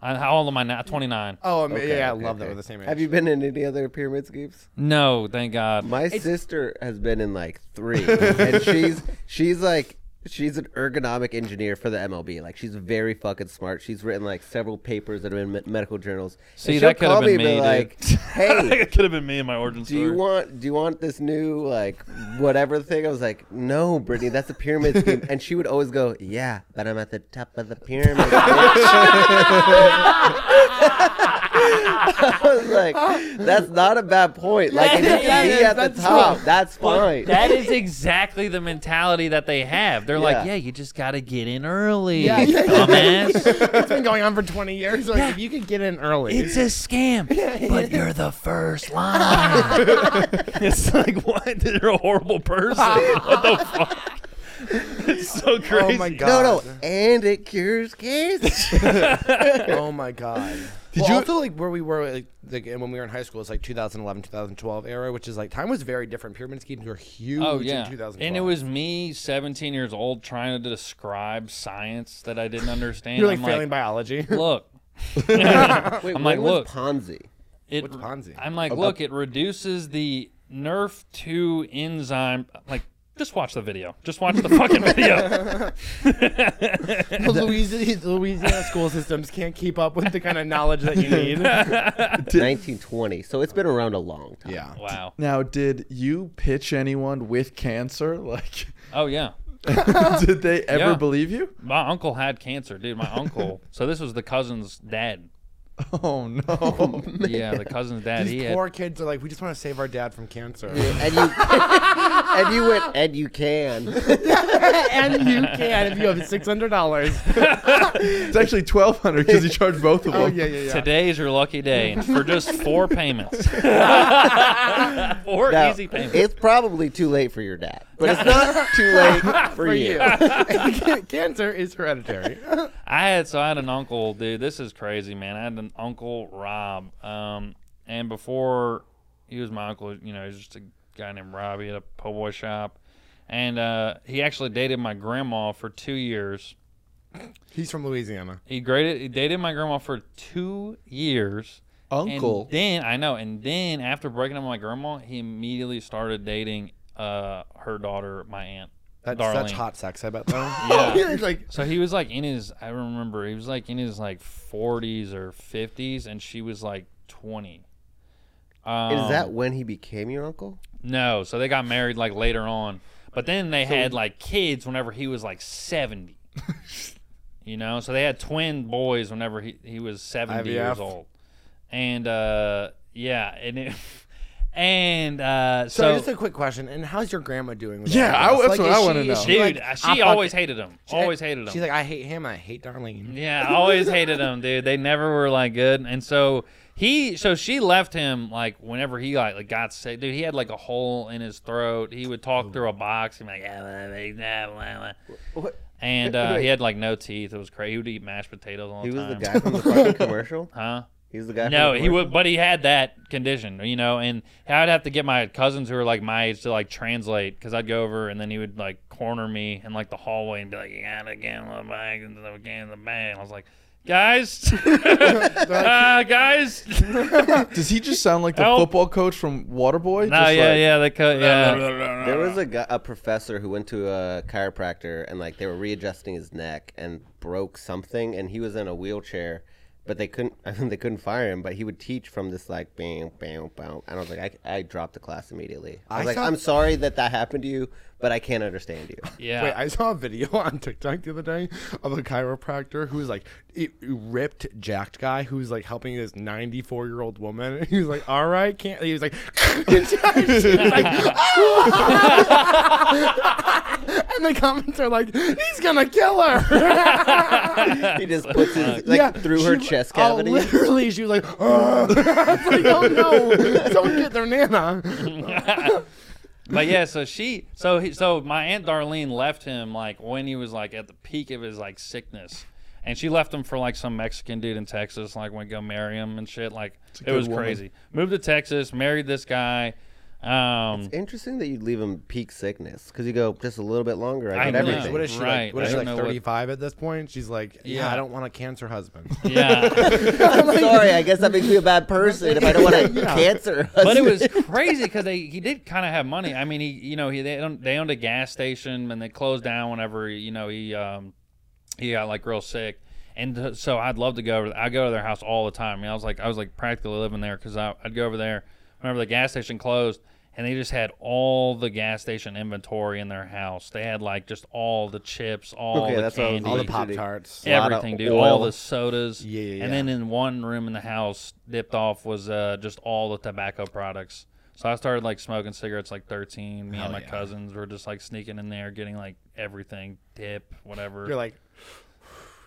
S1: I, how old am I now? Twenty nine.
S4: Oh, I mean,
S3: Okay,
S4: yeah, I
S3: okay,
S4: love that
S3: okay.
S4: we're the same age.
S3: Have you been in any other pyramid schemes?
S1: No, thank God.
S3: My sister has been in like
S1: [laughs]
S3: three, and she's she's like she's an ergonomic engineer for the MLB. Like she's very fucking smart. She's written like several papers that have been in me- medical journals. And
S1: See,
S3: she'll
S1: that could have
S3: call
S1: been
S3: and be
S1: me, [laughs]
S3: Like,
S1: dude.
S3: hey,
S1: it could have been me in my origin
S3: do
S1: story.
S3: you want do you want this new like whatever thing? I was like, no, Brittany, that's a pyramid scheme. And she would always go, yeah, but I'm at the top of the pyramid. bitch." [laughs] I was like, that's not a bad point. Like, if you
S1: That
S3: can
S1: is-
S3: be at the
S1: that's
S3: top, that's fine.
S1: that
S4: [laughs]
S1: is exactly the mentality that they have. They're like,
S3: Yeah.
S1: yeah, you just got to get in early,
S4: Yeah. [laughs]
S1: dumbass.
S4: it's been going on for 20 years. Like, if you could get in early.
S1: it's a
S4: [laughs]
S1: scam, but you're the first line. [laughs] it's like, what? [laughs] You're a horrible [laughs] person. What the fuck? It's so crazy.
S4: oh my god.
S3: No, no, and it cures cancer.
S4: [laughs] oh my god. Did you also like where we were like, like and when we were in high school? It's like 2011, 2012 era, which is like time was very different. Pyramid schemes were huge
S1: Oh yeah,
S4: in 2012.
S1: and it was me, seventeen years old, trying to describe science that I didn't understand.
S4: you're like
S1: I'm
S4: failing
S1: like,
S4: [laughs] biology.
S1: look, [laughs]
S3: Wait,
S1: I'm like,
S3: when was
S1: look,
S3: Ponzi?
S1: it.
S4: What's Ponzi?
S1: I'm like, look, it reduces the Nerf two enzyme. Like, just watch the video. Just watch the fucking
S4: [laughs]
S1: video.
S4: Louisiana, Louisiana school systems can't keep up with the kind of knowledge that [laughs] you need.
S3: 1920. So it's been around a long time.
S4: yeah.
S1: Wow.
S6: Now, did you pitch anyone with cancer?
S4: [laughs]
S6: Like, [laughs]
S1: Oh yeah.
S6: did they ever
S1: Yeah.
S6: believe you? [laughs]
S1: My uncle had cancer, dude. My
S4: [laughs]
S1: uncle. So this was the cousin's dad.
S6: Oh no!
S1: Yeah, the cousin's dad. he
S4: These
S1: had
S4: poor kids are like, we just want to save our dad from cancer. [laughs]
S3: And you [laughs] and you went and you can.
S4: and you can if you have six hundred dollars.
S6: It's actually twelve hundred because he charged both of them.
S4: Oh, yeah.
S1: Today's your lucky day and for just
S4: [laughs]
S1: four payments. four
S3: Now,
S1: easy payments.
S3: it's probably too late for your dad, but it's not too late for,
S4: For
S3: you.
S4: [laughs] you, cancer is hereditary. [laughs]
S1: I had so I had an uncle, dude. This is crazy, man. I had an uncle Rob, um, and before he was my uncle, you know, he was just a guy named Rob. He had a po' boy shop, and uh, he actually dated my grandma for two years.
S4: He's from Louisiana.
S1: He graded, he dated my grandma for two years.
S6: Uncle.
S1: And then I know, and then after breaking up with my grandma, he immediately started dating uh, her daughter, my aunt.
S4: That's
S1: Darlene.
S4: such hot sex, I
S1: [laughs]
S4: bet though.
S6: [laughs]
S1: Yeah.
S4: [laughs] He's like
S1: So he was like in his I remember he was like in his like 40s or 50s and she was like 20. Um,
S3: Is that when he became your uncle?
S1: No, so they got married like later on. But then they had like kids whenever he was like
S4: [laughs]
S1: 70. you know, so they had twin boys whenever he he was 70 years
S4: IVF.
S1: old. And uh yeah, and it [laughs] and uh
S4: so,
S1: so,
S4: Just a quick question. And how's your grandma doing? With
S6: Yeah,
S4: all
S6: I-
S4: this?
S6: that's what
S4: is
S6: I wanna
S4: she-
S6: know.
S4: is she,
S1: dude,
S4: like,
S1: she
S4: I
S1: always
S4: fuck-
S1: hated him. Always hated him.
S4: She's like, I hate him. I hate Darlene.
S1: Yeah, I always hated him, dude. They never were like good. And so he, so she left him like whenever he like, like got sick, dude. He had like a hole in his throat. He would talk through a box. He'd be like, yeah, blah, blah, blah, blah, blah." and uh, he had like no teeth. It was crazy. He would eat mashed potatoes all the
S3: He was
S1: time.
S3: the guy from the fucking commercial.
S1: Huh?
S3: He was the guy.
S1: No,
S3: from the
S1: he
S3: commercial?
S1: would, but he had that condition, you know. And I'd have to get my cousins who were like my age to like translate because I'd go over and then he would like corner me in like the hallway and be like, "You gotta get in the bag and the get in the bag." And I was like,
S4: [laughs]
S1: "Guys, [laughs] uh, guys,
S6: Does he just sound like the
S1: Help.
S6: football coach from Waterboy?
S1: no,
S6: Just
S1: yeah,
S6: like,
S1: yeah, they
S4: [laughs]
S1: co- yeah."
S3: There was a, gu- a professor who went to a chiropractor and like they were readjusting his neck and broke something and he was in a wheelchair, but they couldn't [laughs] I mean, they couldn't fire him. But he would teach from this like bam bam bam. And I was like I, I dropped the class immediately. I was like
S4: saw-
S3: I'm sorry that that happened to you, but I can't understand you.
S1: [laughs] Yeah.
S4: Wait, I saw a video [laughs] on TikTok the other day of a chiropractor who was like a ripped, jacked guy who was like helping this 94 year old woman. [laughs] And he was like, "All right, can't." He
S1: [laughs]
S4: was like, [laughs] he was like, and the comments are like, "He's gonna kill her."
S1: [laughs]
S3: [laughs] he just puts his like through her
S4: she-
S3: chest
S4: oh,
S3: cavity.
S4: literally, she was like, "Ugh." [laughs] It's like, "Oh
S3: [laughs]
S4: no, don't get their nana."
S1: but yeah, so she, so he, so my aunt Darlene left him like when he was like at the peak of his like sickness, and she left him for like some Mexican dude in Texas, like went go marry him and shit. Like it
S6: good
S1: was
S6: woman.
S1: crazy. Moved to Texas, married this guy. Um,
S3: Interesting that you'd leave him peak sickness because you go just a little bit longer. I,
S1: I
S3: get
S1: know.
S3: everything.
S4: What is she
S1: Right,
S4: like? What
S1: I
S4: is she
S1: don't
S4: like?
S1: know what-
S4: 35 at this point? She's like, "Yeah,
S1: Yeah.
S4: I don't want a cancer
S3: [laughs]
S4: husband."
S1: yeah.
S4: [laughs]
S3: I'm sorry. I guess that makes me a bad person if I don't want [laughs] a cancer.
S1: but it
S3: [laughs]
S1: was crazy because they he did kind of have money. I mean, he you know he they owned, they owned a gas station and they closed down whenever you know he um he got like real sick. And uh, so I'd love to go over. I go to their house all the time. I, mean, I was like I was like practically living there because I'd go over there whenever the gas station closed. And they just had all the gas station inventory in their house. They had like just all the chips, all
S3: Okay,
S1: the
S3: that's what I was
S1: candy,
S4: All the
S3: Easy to
S4: pop
S3: do.
S4: tarts.
S3: Yeah. lot of
S1: everything, dude.
S3: oil.
S1: All the sodas.
S4: Yeah, yeah,
S1: And then in one room in the house, dipped off was uh, just all the tobacco products. So I started like smoking cigarettes like 13. Me and my cousins were just like sneaking in there, getting like everything, dip, whatever.
S4: You're like,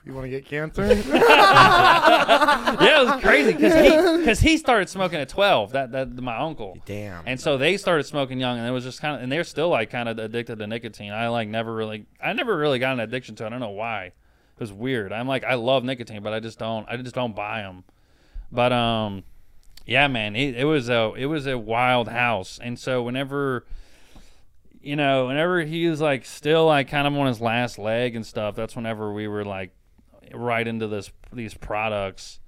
S4: you want to get
S3: [laughs]
S4: cancer?
S1: yeah, it was crazy because he because he started smoking at 12. That that my uncle.
S4: Damn.
S1: And so they started smoking young, and it was just kind of, and they're still like kind of addicted to nicotine. I like never really, I never really got an addiction to. it. I don't know why. It was weird. I'm like, I love nicotine, but I just don't, I just don't buy them. But um, yeah, man, it, it was a, it was a wild house, and so whenever. You know, whenever he was like still like kind of on his last leg and stuff, that's whenever we were like right into this these products.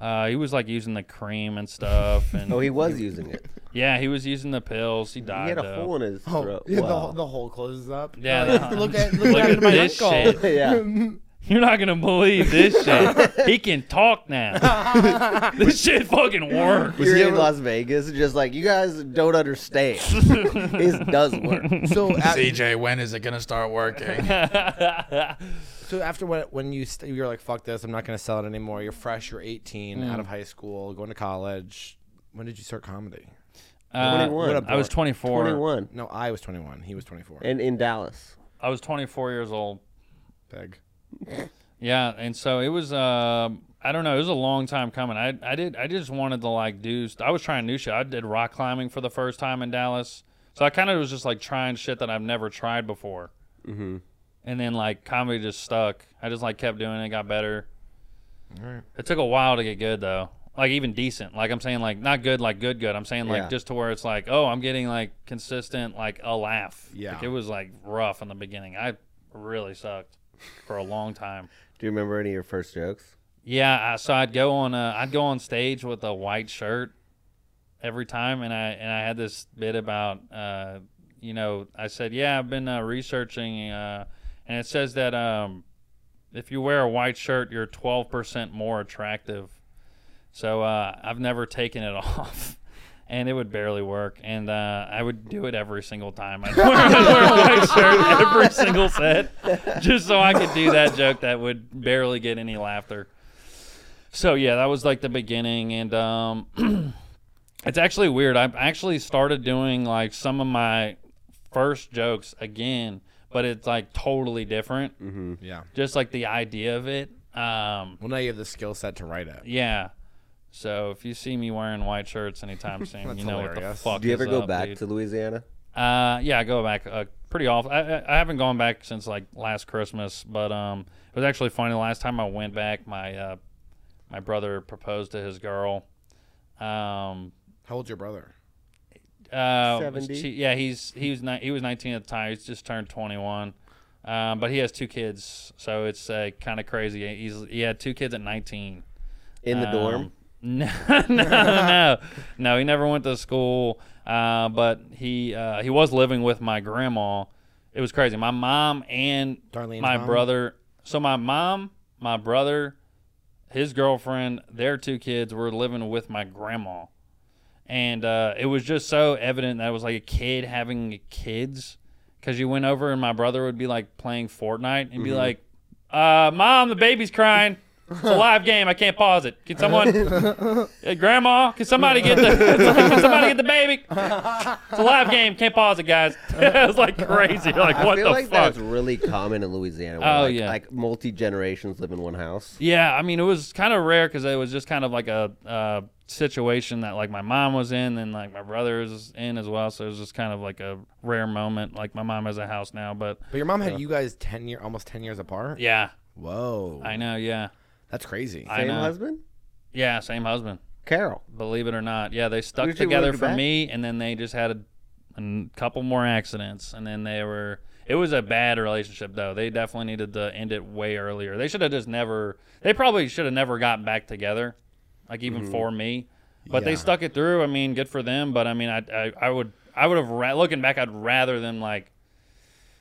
S1: Uh, he was like using the cream and
S3: [laughs]
S1: stuff, and
S3: Oh, he was using it.
S1: yeah, he was using the pills. He died.
S3: He had a
S1: though.
S3: hole in his
S4: Oh,
S3: throat.
S4: Yeah, the,
S3: Wow.
S4: whole- the hole closes up.
S1: Yeah,
S4: Like,
S1: the-
S4: [laughs] look at look,
S1: Look
S4: at,
S1: at
S4: my
S1: this
S4: uncle.
S1: shit.
S4: [laughs]
S3: [laughs] yeah.
S1: You're not gonna believe this
S3: [laughs]
S1: shit. he can talk now. this shit fucking [laughs]
S3: [laughs]
S1: works.
S3: You're in Las Vegas, just like you guys don't [laughs] understand. it does [laughs] work.
S4: [laughs]
S1: [laughs]
S4: So, a-
S7: CJ, when is it gonna start working?
S1: Uh,
S4: so after when, when you st- you're like, fuck this, I'm not gonna sell it anymore. You're fresh. You're 18,
S1: Mm.
S4: out of high school, going to college. When did you start comedy?
S1: Uh,
S3: 21.
S1: I was 24.
S3: 21,
S4: No, I was 21. He was 24.
S1: Eh.
S3: and in Dallas.
S1: I was 24 years old.
S4: Peg.
S1: Yeah, and so it was. um I don't know. It was a long time coming. I I did. I just wanted to like do. I was trying new shit. I did rock climbing for the first time in Dallas. So I kind of was just like trying shit that I've never tried before. Mm-hmm. And then like comedy just stuck. I just like kept doing it. Got better. It took a while to get good though. Like even decent. Like I'm saying like not good. Like good. Good. I'm saying like
S3: Yeah.
S1: just to where it's like oh I'm getting like consistent like a laugh.
S4: Yeah.
S1: Like, it was like rough in the beginning. I really sucked for a long time.
S3: Do you remember any of your first jokes?
S1: Yeah, I, so I'd go on uh, I'd go on stage with a white shirt every time, and I and I had this bit about uh, you know I said yeah I've been uh, researching uh, and it says that um, if you wear a white shirt you're twelve percent more attractive, so uh, I've never taken it [laughs] off. And it would barely work, and uh, I would do it every single time. I'd [laughs] wear, I'd wear a white shirt every single set, just so I could do that joke that would barely get any laughter. So yeah, that was like the beginning, and um, [clears throat] it's actually weird. I actually started doing like some of my first jokes again, but it's like totally different.
S4: Yeah.
S1: Just like the idea of it. Um,
S4: Well, now you have the skill set to write it.
S1: yeah. So if you see me wearing white shirts anytime soon, you know what the
S4: hilarious.
S1: fuck.
S3: Do you ever
S1: is
S3: go
S1: up,
S3: back
S1: dude.
S3: to Louisiana?
S1: Uh, yeah, I go back a pretty awful. I, I, I haven't gone back since like last Christmas, but um, it was actually funny. The last time I went back, my uh, my brother proposed to his girl. Um,
S4: How old's your brother?
S1: uh,
S3: 70?
S1: she- yeah, he's he was ni- he was 19 at the time. He's just turned 21, um, but he has two kids, so it's uh, kind of crazy. He's he had two kids at 19.
S3: in the dorm.
S1: Um, [laughs] No, no, no, no. He never went to school, uh, but he uh, he was living with my grandma. It was crazy. My mom and
S4: Darlene's
S1: my
S4: mom?
S1: brother. So my mom, my brother, his girlfriend, their two kids were living with my grandma, and uh, it was just so evident that it was like a kid having kids. Because you went over and my brother would be like playing Fortnite and be
S3: Mm-hmm.
S1: like, uh, "Mom, the baby's crying." It's a live game. I can't pause it. Can someone? Hey, Grandma, can somebody get the can somebody get the baby? It's a live game. Can't pause it, guys. [laughs] it was like crazy. You're Like
S3: I
S1: what
S3: feel
S1: the
S3: like
S1: fuck?
S3: that's really common in Louisiana. Where
S1: Oh,
S3: like,
S1: yeah.
S3: like multi generations live in one house.
S1: Yeah, I mean it was kind of rare because it was just kind of like a uh, situation that like my mom was in and like my brother was in as well. So it was just kind of like a rare moment. Like my mom has a house now, but
S4: But your mom had you guys ten year, almost ten years apart.
S1: yeah,
S4: Whoa,
S1: I know. Yeah,
S4: that's crazy.
S1: I
S3: Same
S1: know.
S3: husband,
S1: yeah, same husband.
S3: Carol.
S1: Believe it or not, yeah, they stuck
S3: Usually we'll
S1: together
S3: do
S1: for
S3: back.
S1: me, and then they just had a, a n- couple more accidents, and then they were. It was a bad relationship, though. They definitely needed to end it way earlier. They should have just never. They probably should have never got back together, like even for me. But they
S4: Mm-hmm. Yeah.
S1: stuck it through. I mean, good for them. But I mean, I I, I would I would have ra- looking back. I'd rather them like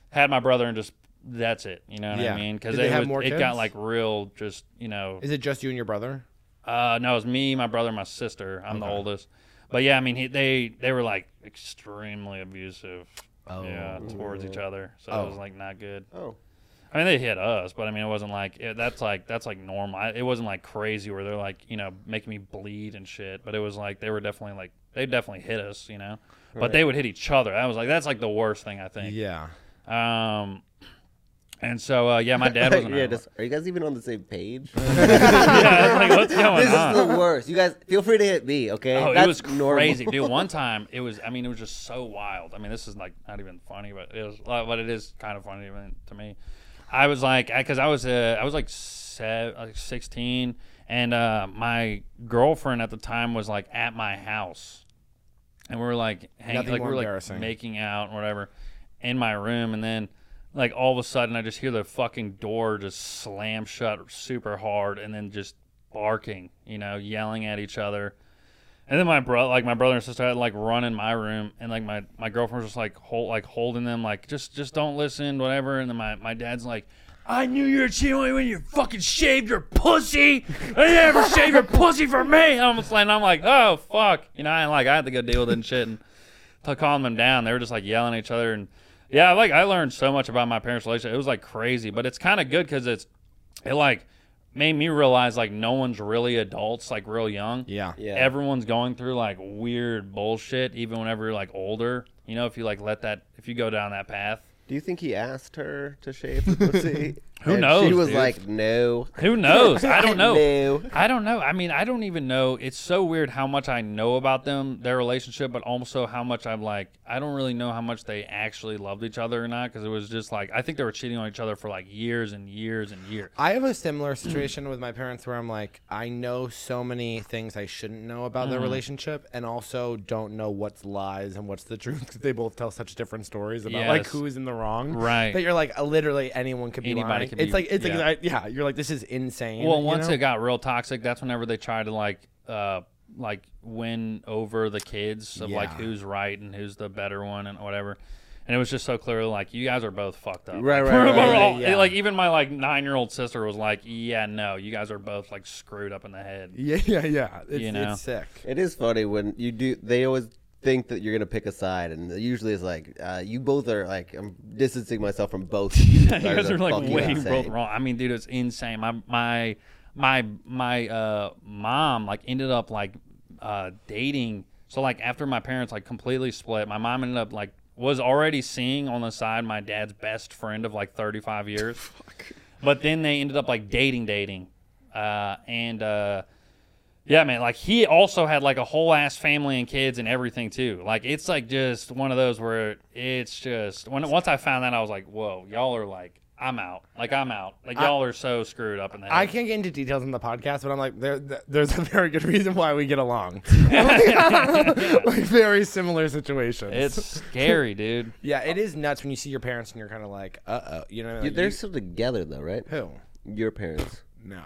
S1: had my brother and just that's it. You know what
S4: Yeah.
S1: I mean? Because
S4: Did they have more
S1: it got
S4: kids?
S1: like real, just you know,
S4: Is it just you and your brother?
S1: uh, no, it was me, my brother, my sister. I'm the oldest. But yeah, I mean, he, they they were like extremely abusive. Yeah, towards each other. So it was like not good.
S3: Oh.
S1: I mean, they hit us, but I mean, it wasn't like it, that's like that's like normal. I, it wasn't like crazy where they're like you know making me bleed and shit. But it was like they were definitely like they definitely hit us, you know. But they would hit each other. That was like that's like the worst thing I think.
S4: Yeah.
S1: Um, and so uh, yeah, my dad was an
S3: [laughs] yeah,
S1: yeah,
S3: just, are you guys even on the same page?
S1: [laughs] yeah, like what's going
S3: [laughs] this
S1: on?
S3: is the worst. You guys feel free to hit me, okay?
S1: Oh,
S3: That's
S1: it was
S3: normal.
S1: crazy, dude. One time, it was. I mean, it was just so wild. I mean, this is like not even funny, but it was. uh, But it is kind of funny even to me. I was like, because I was, uh, I was like, seven, like sixteen, and uh, my girlfriend at the time was like at my house, and we were like hanging,
S4: Nothing
S1: like we
S4: more
S1: were like
S4: embarrassing.
S1: making out and whatever, in my room, and then. Like all of a sudden, I just hear the fucking door just slam shut super hard, and then just barking, you know, yelling at each other. And then my brother, like my brother and sister, had to, like run in my room, and like my my girlfriend was just like hold, like holding them, like just just don't listen, whatever. And then my my dad's like. I knew you were cheating on me when you fucking shaved your pussy. I never shaved your pussy for me. I'm just like, and I'm like, oh fuck, you know, I like I had to go deal with it and shit, and to calm them down, they were just like yelling at each other, and yeah, like I learned so much about my parents' relationship. It was like crazy, but it's kind of good because it's it like made me realize like no one's really adults like real young.
S4: Yeah.
S3: Yeah.
S1: Everyone's going through like weird bullshit, even whenever you're like older. You know, if you like let that, if you go down that path,
S3: Do you think he asked her to
S1: [laughs]
S3: shave the pussy?
S1: Who
S3: And
S1: knows,
S3: She was
S1: dude?
S3: like, no.
S1: who knows? I don't
S3: [laughs]
S1: know.
S3: No.
S1: I don't know. I mean, I don't even know. It's so weird how much I know about them, their relationship, but also how much I'm like, I don't really know how much they actually loved each other or not because it was just like, I think they were cheating on each other for like years and years and years.
S4: I have a similar situation with my parents where I'm like, I know so many things I shouldn't know about
S1: Mm-hmm.
S4: their relationship, and also don't know what's lies and what's the [laughs] truth 'cause they both tell such different stories about like
S1: Yes.
S4: who is in the wrong.
S1: Right.
S4: That you're like, uh, literally anyone could be
S1: Anybody
S4: lying.
S1: could
S4: it's
S1: be-
S4: like it's
S1: yeah.
S4: like yeah. You're like this is insane.
S1: Well,
S4: you
S1: once
S4: know?
S1: it got real toxic, that's whenever they try to like, uh, like win over the kids of like
S4: Yeah.
S1: who's right and who's the better one and whatever. And it was just so clearly like you guys are both fucked up.
S3: Right,
S1: Like,
S3: right,
S1: [laughs] we're-
S3: right,
S1: we're
S4: right,
S1: all-
S4: yeah.
S1: Like even my like nine year old sister was like, yeah, no, you guys are both like screwed up in the head.
S4: [laughs] yeah, yeah, yeah.
S1: [laughs]
S4: It's,
S1: You know.
S4: it's sick.
S3: It is funny when you do. They always think that you're gonna pick a side, and usually it's like uh, you both are like I'm distancing myself from
S1: [laughs]
S3: both. of you
S1: you guys
S3: They're
S1: are like
S3: fucking
S1: way
S3: insane.
S1: both wrong. I mean, dude, it's insane. My my my my uh mom like ended up like uh dating. So like after my parents like completely split, my mom ended up like was already seeing on the side my dad's best friend of like 35 [laughs] years. But then they ended up like dating dating. Uh and uh Yeah, man. Like he also had like a whole ass family and kids and everything too. Like it's like just one of those where it's just when once I found that I was like, whoa, y'all are like, I'm out. Like I'm out. Like y'all are so screwed up in the head.
S4: I can't get into details in the podcast, but I'm like, there, th- there's a very good reason why we get along. [laughs] like very similar situations. [laughs]
S1: It's scary, dude. [laughs]
S4: yeah, it is nuts when you see your parents and you're kind of like, uh oh, you know,
S3: You-
S4: like,
S3: They're
S4: you-
S3: still together though, right?
S4: who?
S1: [laughs]
S3: Your parents.
S4: No,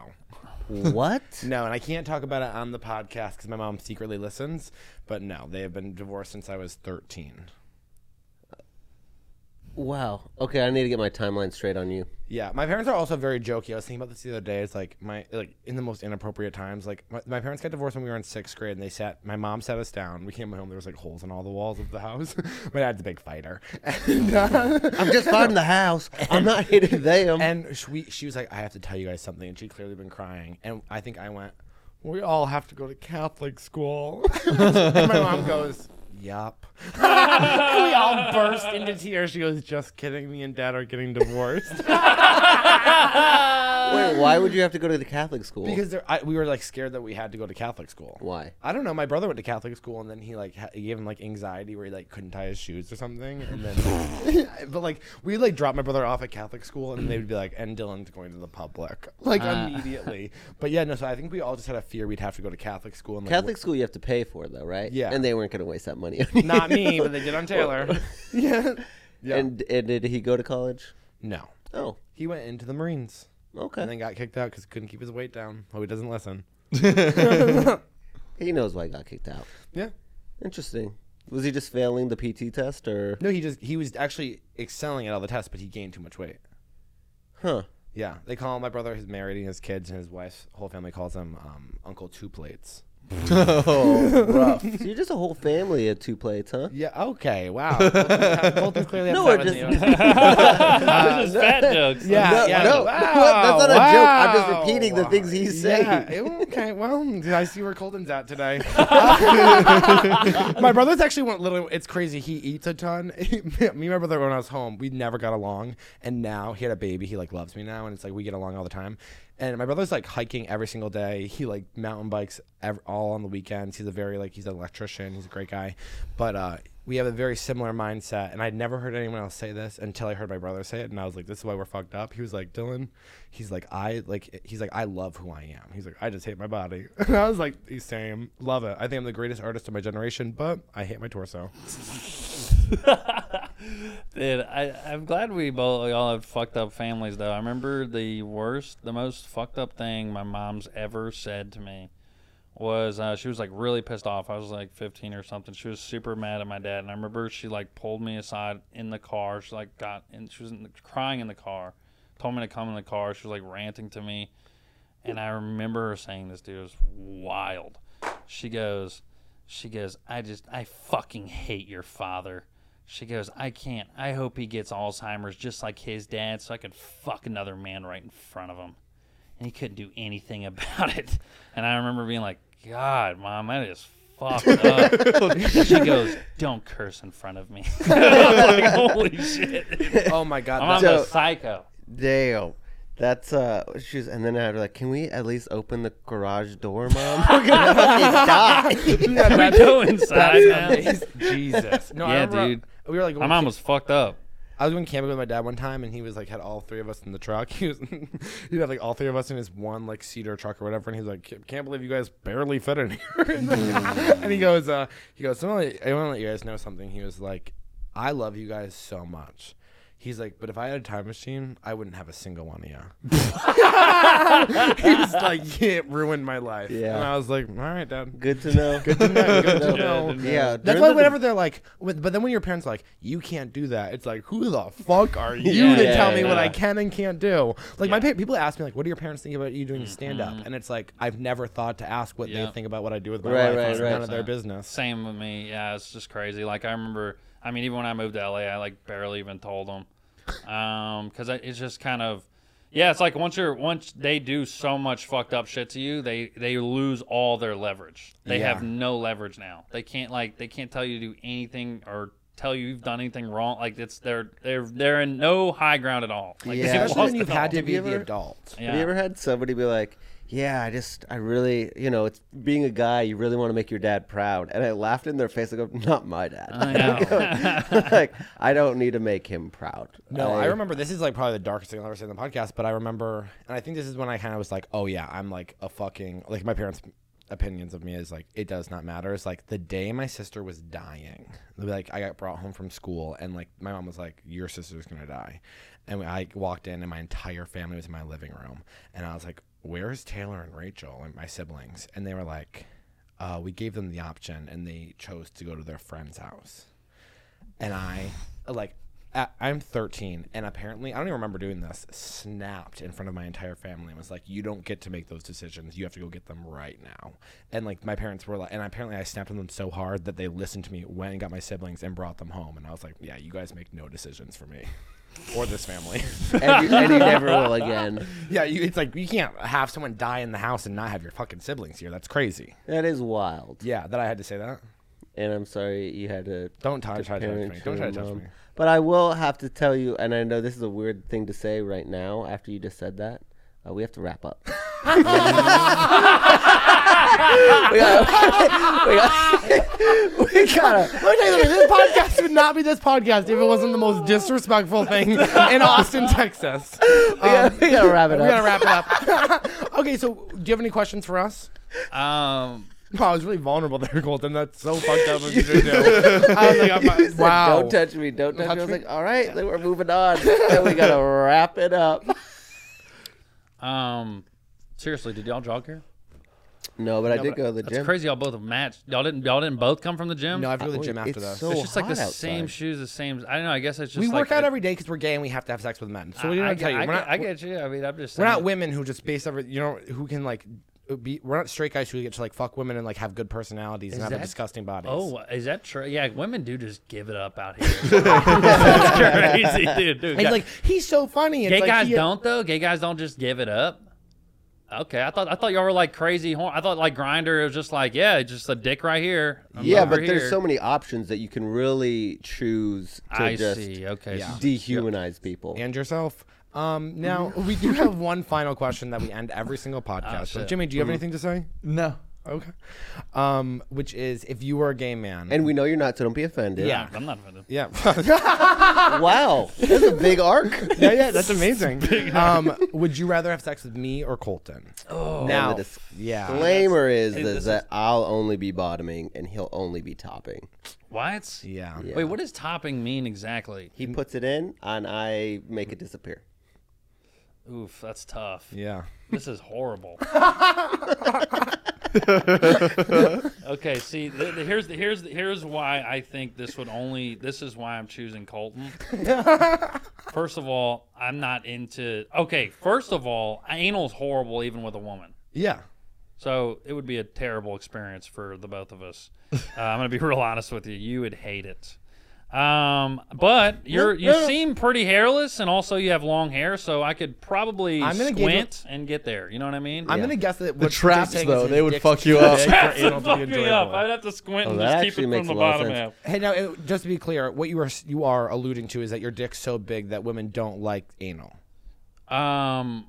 S3: what?
S4: no, and I can't talk about it on the podcast because my mom secretly listens. But no, they have been divorced since I was 13.
S3: Wow. Okay, I need to get my timeline straight on you.
S4: Yeah, my parents are also very jokey. I was thinking about this the other day. It's like my like in the most inappropriate times. Like my, my parents got divorced when we were in sixth grade, and they sat. My mom sat us down. We came home. There was like holes in all the walls of the house. [laughs] my dad's a big fighter, [laughs] and, uh,
S3: I'm just finding the house. I'm not hitting them.
S4: and she, we, she was like, "I have to tell you guys something," and she clearly been crying. And I think I went, "We all have to go to Catholic school." [laughs] and my mom goes, "Yup." [laughs] And we all burst into tears. She goes, "Just kidding. Me and dad are getting divorced." Um,
S3: Wait, why would you have to go to the Catholic school?
S4: because there, I, we were like scared that we had to go to Catholic school.
S3: Why?
S4: I don't know. My brother went to Catholic school, and then he like ha- it gave him like anxiety where he like couldn't tie his shoes or something. And
S3: [laughs]
S4: then, but like we like drop my brother off at Catholic school, and they would be like, "And Dylan's going to the public," [laughs] like
S3: Uh.
S4: immediately. But yeah, no. So I think we all just had a fear we'd have to go to Catholic school. And, like,
S3: Catholic school you have to pay for though, right?
S4: Yeah.
S3: And they weren't going to waste that money. On you.
S4: not
S3: [laughs]
S4: me, but they did on Taylor. yeah. Yeah.
S3: And and did he go to college?
S4: no,
S3: Oh,
S4: he went into the Marines.
S3: okay.
S4: And then got kicked out because couldn't keep his weight down. Oh, he doesn't listen.
S3: He knows why he got kicked out.
S4: Yeah.
S3: Interesting. Was he just failing the PT test [laughs] or?
S4: No, he just he was actually excelling at all the tests, but he gained too much weight.
S3: Huh.
S4: Yeah, they call him my brother. He's married, and his kids and his wife's whole family calls him um, Uncle Two Plates.
S3: Oh, So you're just a whole family of two plates, huh?
S4: Yeah. Okay. Wow. Colton's clearly
S3: No, or
S4: upset
S3: just,
S4: with you.
S3: [laughs]
S1: This is fat jokes.
S4: Yeah.
S3: no,
S4: yeah.
S3: no,
S4: Wow,
S3: that's not a joke. I'm just
S4: wow.
S3: repeating the things he's saying.
S4: Yeah.
S3: [laughs]
S4: Okay. Well, I see where Colton's at today. my brother's actually went literally. It's crazy. He eats a ton. [laughs] Me and my brother, when I was home, we never got along, and now he had a baby. He like loves me now, and it's like we get along all the time. And my brother's like hiking every single day. He like mountain bikes ev all on the weekends. He's a very like he's an electrician. He's a great guy, but uh, we have a very similar mindset. And I'd never heard anyone else say this until I heard my brother say it, and I was like, "This is why we're fucked up." He was like, "Dylan," he's like, "I like," he's like, "I love who I am." He's like, "I just hate my body," [laughs] and I was like, "Same, love it. I think I'm the greatest artist of my generation, but I hate my torso."
S1: [laughs] Dude, I, I'm glad we both we all had fucked up families though. I remember the worst, the most fucked up thing my mom's ever said to me was uh, she was like really pissed off. I was like 15 or something. She was super mad at my dad, and I remember she like pulled me aside in the car. She like got and she was in the, crying in the car, told me to come in the car. She was like ranting to me, and I remember her saying this. Dude, it was wild. She goes, she goes, I just, I fucking hate your father. She goes, I can't. I hope he gets Alzheimer's just like his dad so I could fuck another man right in front of him. And he couldn't do anything [laughs] about it. And I remember being like, God, mom, that is fucked up. she goes, Don't curse in front of me. [laughs] like, holy shit.
S4: oh my god, [laughs]
S1: I'm
S3: So-
S1: a psycho.
S3: Damn. That's uh she's and then I was like, Can we at least open the garage door, [laughs] mom? We're gonna [laughs] fucking die.
S1: Can we [laughs]
S4: [laughs]
S1: go inside now?
S4: That's amazing. Jesus. No, I
S1: Yeah,
S4: remember-
S1: dude.
S4: We were like,
S1: My mom was fucked up.
S4: I was going camping with my dad one time, and he was like, had all three of us in the truck. [laughs] He was, he had like all three of us in his one like cedar truck or whatever, and he's like, "Can't- can't believe you guys barely fit in here. [laughs] and he goes, uh, he goes, so I want to let you guys know something. He was like, I love you guys so much. He's like, but if I had a time machine, I wouldn't have a single one of [laughs] you. he was like, yeah, it ruined my life.
S3: Yeah.
S4: And I was like, all right, dad.
S3: Good to know. Good to know. Good to know. [laughs] Yeah.
S4: That's
S3: during
S4: why
S3: the-
S4: whenever they're like, with, but then when your parents are like, you can't do that, it's like, who the fuck are you
S1: [laughs]
S4: to
S1: Yeah,
S4: tell me what
S1: yeah.
S4: I can and can't do? Like my pa- people ask me like, what do your parents think about you doing stand up? And it's like, I've never thought to ask what
S1: Mm-hmm. Yeah.
S4: they think about what I do with my
S3: Right,
S4: life.
S3: right,
S4: it's
S3: right.
S4: none of their business.
S1: Same with me. Yeah, it's just crazy. Like I remember. I mean, even when I moved to LA, I like barely even told them, because it's just kind of. Yeah, it's like once you're once they do so much fucked up shit to you, they they lose all their leverage. They
S4: Yeah.
S1: have no leverage now. They can't like they can't tell you to do anything or tell you you've done anything wrong. Like it's they're they're they're in no high ground at all. Like,
S3: Yeah.
S1: they've
S3: Especially
S4: Especially
S1: lost
S4: when you've
S1: it all.
S4: had to
S3: Have
S4: be
S3: you
S4: the
S3: ever-
S4: adult.
S1: Yeah.
S3: Have you ever had somebody be like, "Yeah, I just, I really, you know, it's being a guy, you really want to make your dad proud," and I laughed in their face. I go, "Not my dad.
S1: I know.
S3: [laughs] like, I don't need to make him proud."
S4: No, I, remember this is like probably the darkest thing I've ever said in the podcast, but I remember, and I think this is when I kind of was like, oh yeah, I'm like a fucking, like my parents' opinions of me is like, it does not matter. It's like the day my sister was dying, like I got brought home from school, and like my mom was like, your sister's gonna die. And I walked in, and my entire family was in my living room, and I was like, where's Taylor and Rachel and my siblings? And they were like, uh, we gave them the option, and they chose to go to their friend's house and I like I- I'm 13 and apparently I don't even remember doing this snapped in front of my entire family and was like you don't get to make those decisions you have to go get them right now and like my parents were like and apparently I snapped on them so hard that they listened to me went and got my siblings and brought them home and I was like yeah you guys make no decisions for me or this family [laughs]
S3: and you, and you [laughs] never will again.
S4: yeah you, it's like you can't have someone die in the house and not have your fucking siblings here that's crazy
S3: That is wild.
S4: yeah that I had to say that
S3: And I'm sorry you had to.
S4: don't try, try to touch
S3: parent
S4: me don't try to
S3: your
S4: touch
S3: mom.
S4: me
S3: um, But I will have to tell you, and I know this is a weird thing to say right now after you just said that. Uh, we have to wrap up. we got. [laughs] We got. We got.
S4: Let me tell you something. This podcast would not be this podcast if it wasn't the most disrespectful thing in Austin, [laughs] Texas. Um,
S3: We gotta wrap it
S4: We gotta
S3: up.
S4: wrap it [laughs] up. okay, so do you have any questions for us?
S1: um,
S4: Wow, I was really vulnerable there, Colton. That's so fucked up of you to do. [laughs] I was like, I'm not- wow.
S3: Don't touch me. Don't touch me. I was
S4: me.
S3: like, all right, then we're moving on. and we gotta wrap it up.
S1: um, seriously, did y'all jog here?
S3: No, but I did go to the
S1: That's
S3: gym.
S1: crazy. Y'all both have matched. Y'all didn't. Y'all didn't both come from the gym.
S4: no, I have to go to the
S3: Wait,
S4: gym after
S3: it's
S4: this.
S3: so
S1: it's just like the
S3: hot outside.
S1: same shoes, the same. I don't know. I guess it's just.
S4: we
S1: like,
S4: work out
S1: I-
S4: every day because we're gay and we have to have sex with men. So we
S1: I,
S4: didn't
S1: I,
S4: to tell you.
S1: I,
S4: we're not,
S1: I get you. I mean, I'm just.
S4: we're
S1: saying.
S4: not women who just base every, you know, who can like be, we're not straight guys who get to like fuck women and like have good personalities and have a
S1: that-
S4: disgusting bodies.
S1: Oh, is that true? Yeah, women do just give it up out
S4: [laughs]
S1: here. That's crazy, dude. dude
S4: And he's
S1: guy-
S4: like, he's so funny. and
S1: gay
S4: it's like,
S1: guys
S4: he-
S1: don't though. Gay guys don't just give it up. Okay, I thought I thought y'all were like crazy. Horn- I thought like grinder was just like yeah, just a dick right here. I'm
S3: Yeah,
S1: over
S3: but there's
S1: here.
S3: so many options that you can really choose to
S1: I
S3: just
S1: see. Okay.
S4: Yeah.
S3: dehumanize people.
S4: and yourself. Um, now we do have one final question that we end every single podcast. with.
S1: shit.
S4: Jimmy, do you have anything to say?
S6: No.
S4: Okay. Um, which is if you were a gay man.
S3: And we know you're not, so don't be offended.
S4: Yeah.
S1: I'm not offended.
S6: [laughs]
S4: yeah. [laughs]
S3: Wow. That's a big arc.
S4: yeah, yeah, that's
S6: [laughs]
S4: amazing. um, would you rather have sex with me or Colton? Oh, now,
S3: And the
S4: yeah.
S3: disclaimer is,
S1: this
S3: is that I'll only be bottoming and he'll only be topping.
S1: What?
S4: Yeah.
S1: Wait, what does topping mean exactly?
S4: Mm.
S3: He puts it in and I make it disappear.
S1: Oof, that's tough.
S4: Yeah.
S1: This is horrible. okay, see, the, the, here's the, here's the, here's why I think this would only. This is why I'm choosing Colton. first of all, I'm not into. Okay, first of all, anal's horrible even with a woman.
S4: Yeah.
S1: So it would be a terrible experience for the both of us. Uh, I'm gonna be [laughs] real honest with you. You would hate it. Um, but you're you seem pretty hairless, and also you have long hair, so I could probably
S4: I'm gonna give you-
S1: squint and get there. You know what I mean?
S4: I'm gonna guess that
S6: The
S4: what
S6: traps
S4: Jim's saying
S6: though,
S4: is
S6: they
S4: his
S6: would
S4: dick's
S6: fuck
S4: too
S6: you up.
S4: big for anal to
S1: [laughs] Fuck
S4: be
S1: me up.
S4: enjoyable.
S1: I'd have to squint and
S3: Oh,
S1: just
S3: that
S1: keep
S3: actually
S1: it from
S3: makes
S1: the
S3: a lot of
S1: bottom
S3: sense.
S1: up.
S4: Hey, now uh, just to be clear, what you are you are alluding to is that your dick's so big that women don't like anal.
S1: Um,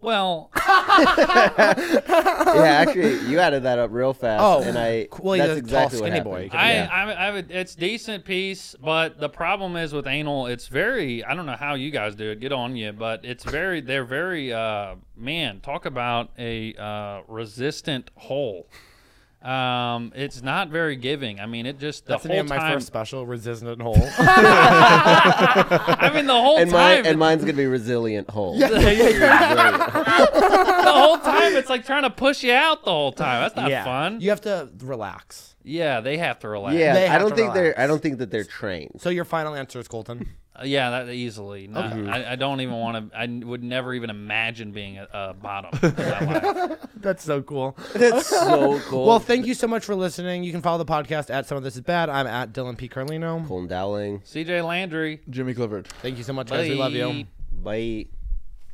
S1: well,
S3: [laughs] Yeah, actually, you added that up real fast.
S4: Oh,
S3: and I.
S4: cool, he's
S3: that's
S4: a tall,
S3: exactly what
S4: skinny
S3: happened.
S4: boy.
S1: I,
S4: Yeah.
S1: I, I would, it's decent piece, but the problem is with anal, it's very, I don't know how you guys do it, get on you, but it's very, they're very, uh, man, talk about a uh, resistant hole. Um, it's not very giving. I mean, it just, the
S4: That's the
S1: whole
S4: name of my
S1: time,
S4: first
S6: [laughs]
S4: special, Resistant Hole.
S1: [laughs] I mean, the whole
S3: And, mine,
S1: time,
S3: and
S1: [laughs]
S3: mine's going to be resilient hole. [laughs]
S1: the whole time, it's like trying to push you out the whole time. That's not fun.
S4: You have to relax.
S1: yeah, they have to relax.
S3: Yeah,
S4: They
S3: I
S4: have
S3: don't
S4: to
S3: think
S4: relax.
S3: they're. I don't think that they're trained.
S4: So your final answer is Colton.
S1: Uh, Yeah, that easily. No, I, I don't even want to. I n- would never even imagine being a, a bottom.
S3: [laughs]
S1: in my life.
S4: [laughs] That's so cool.
S3: That's [laughs] so cool.
S4: [laughs] Well, thank you so much for listening. You can follow the podcast at Some of This Is Bad. I'm at Dylan P. Carlino.
S3: Colin Dowling.
S1: CJ Landry.
S6: Jimmy Clifford.
S4: Thank you so much, guys. We love you.
S1: Bye.
S3: Bye.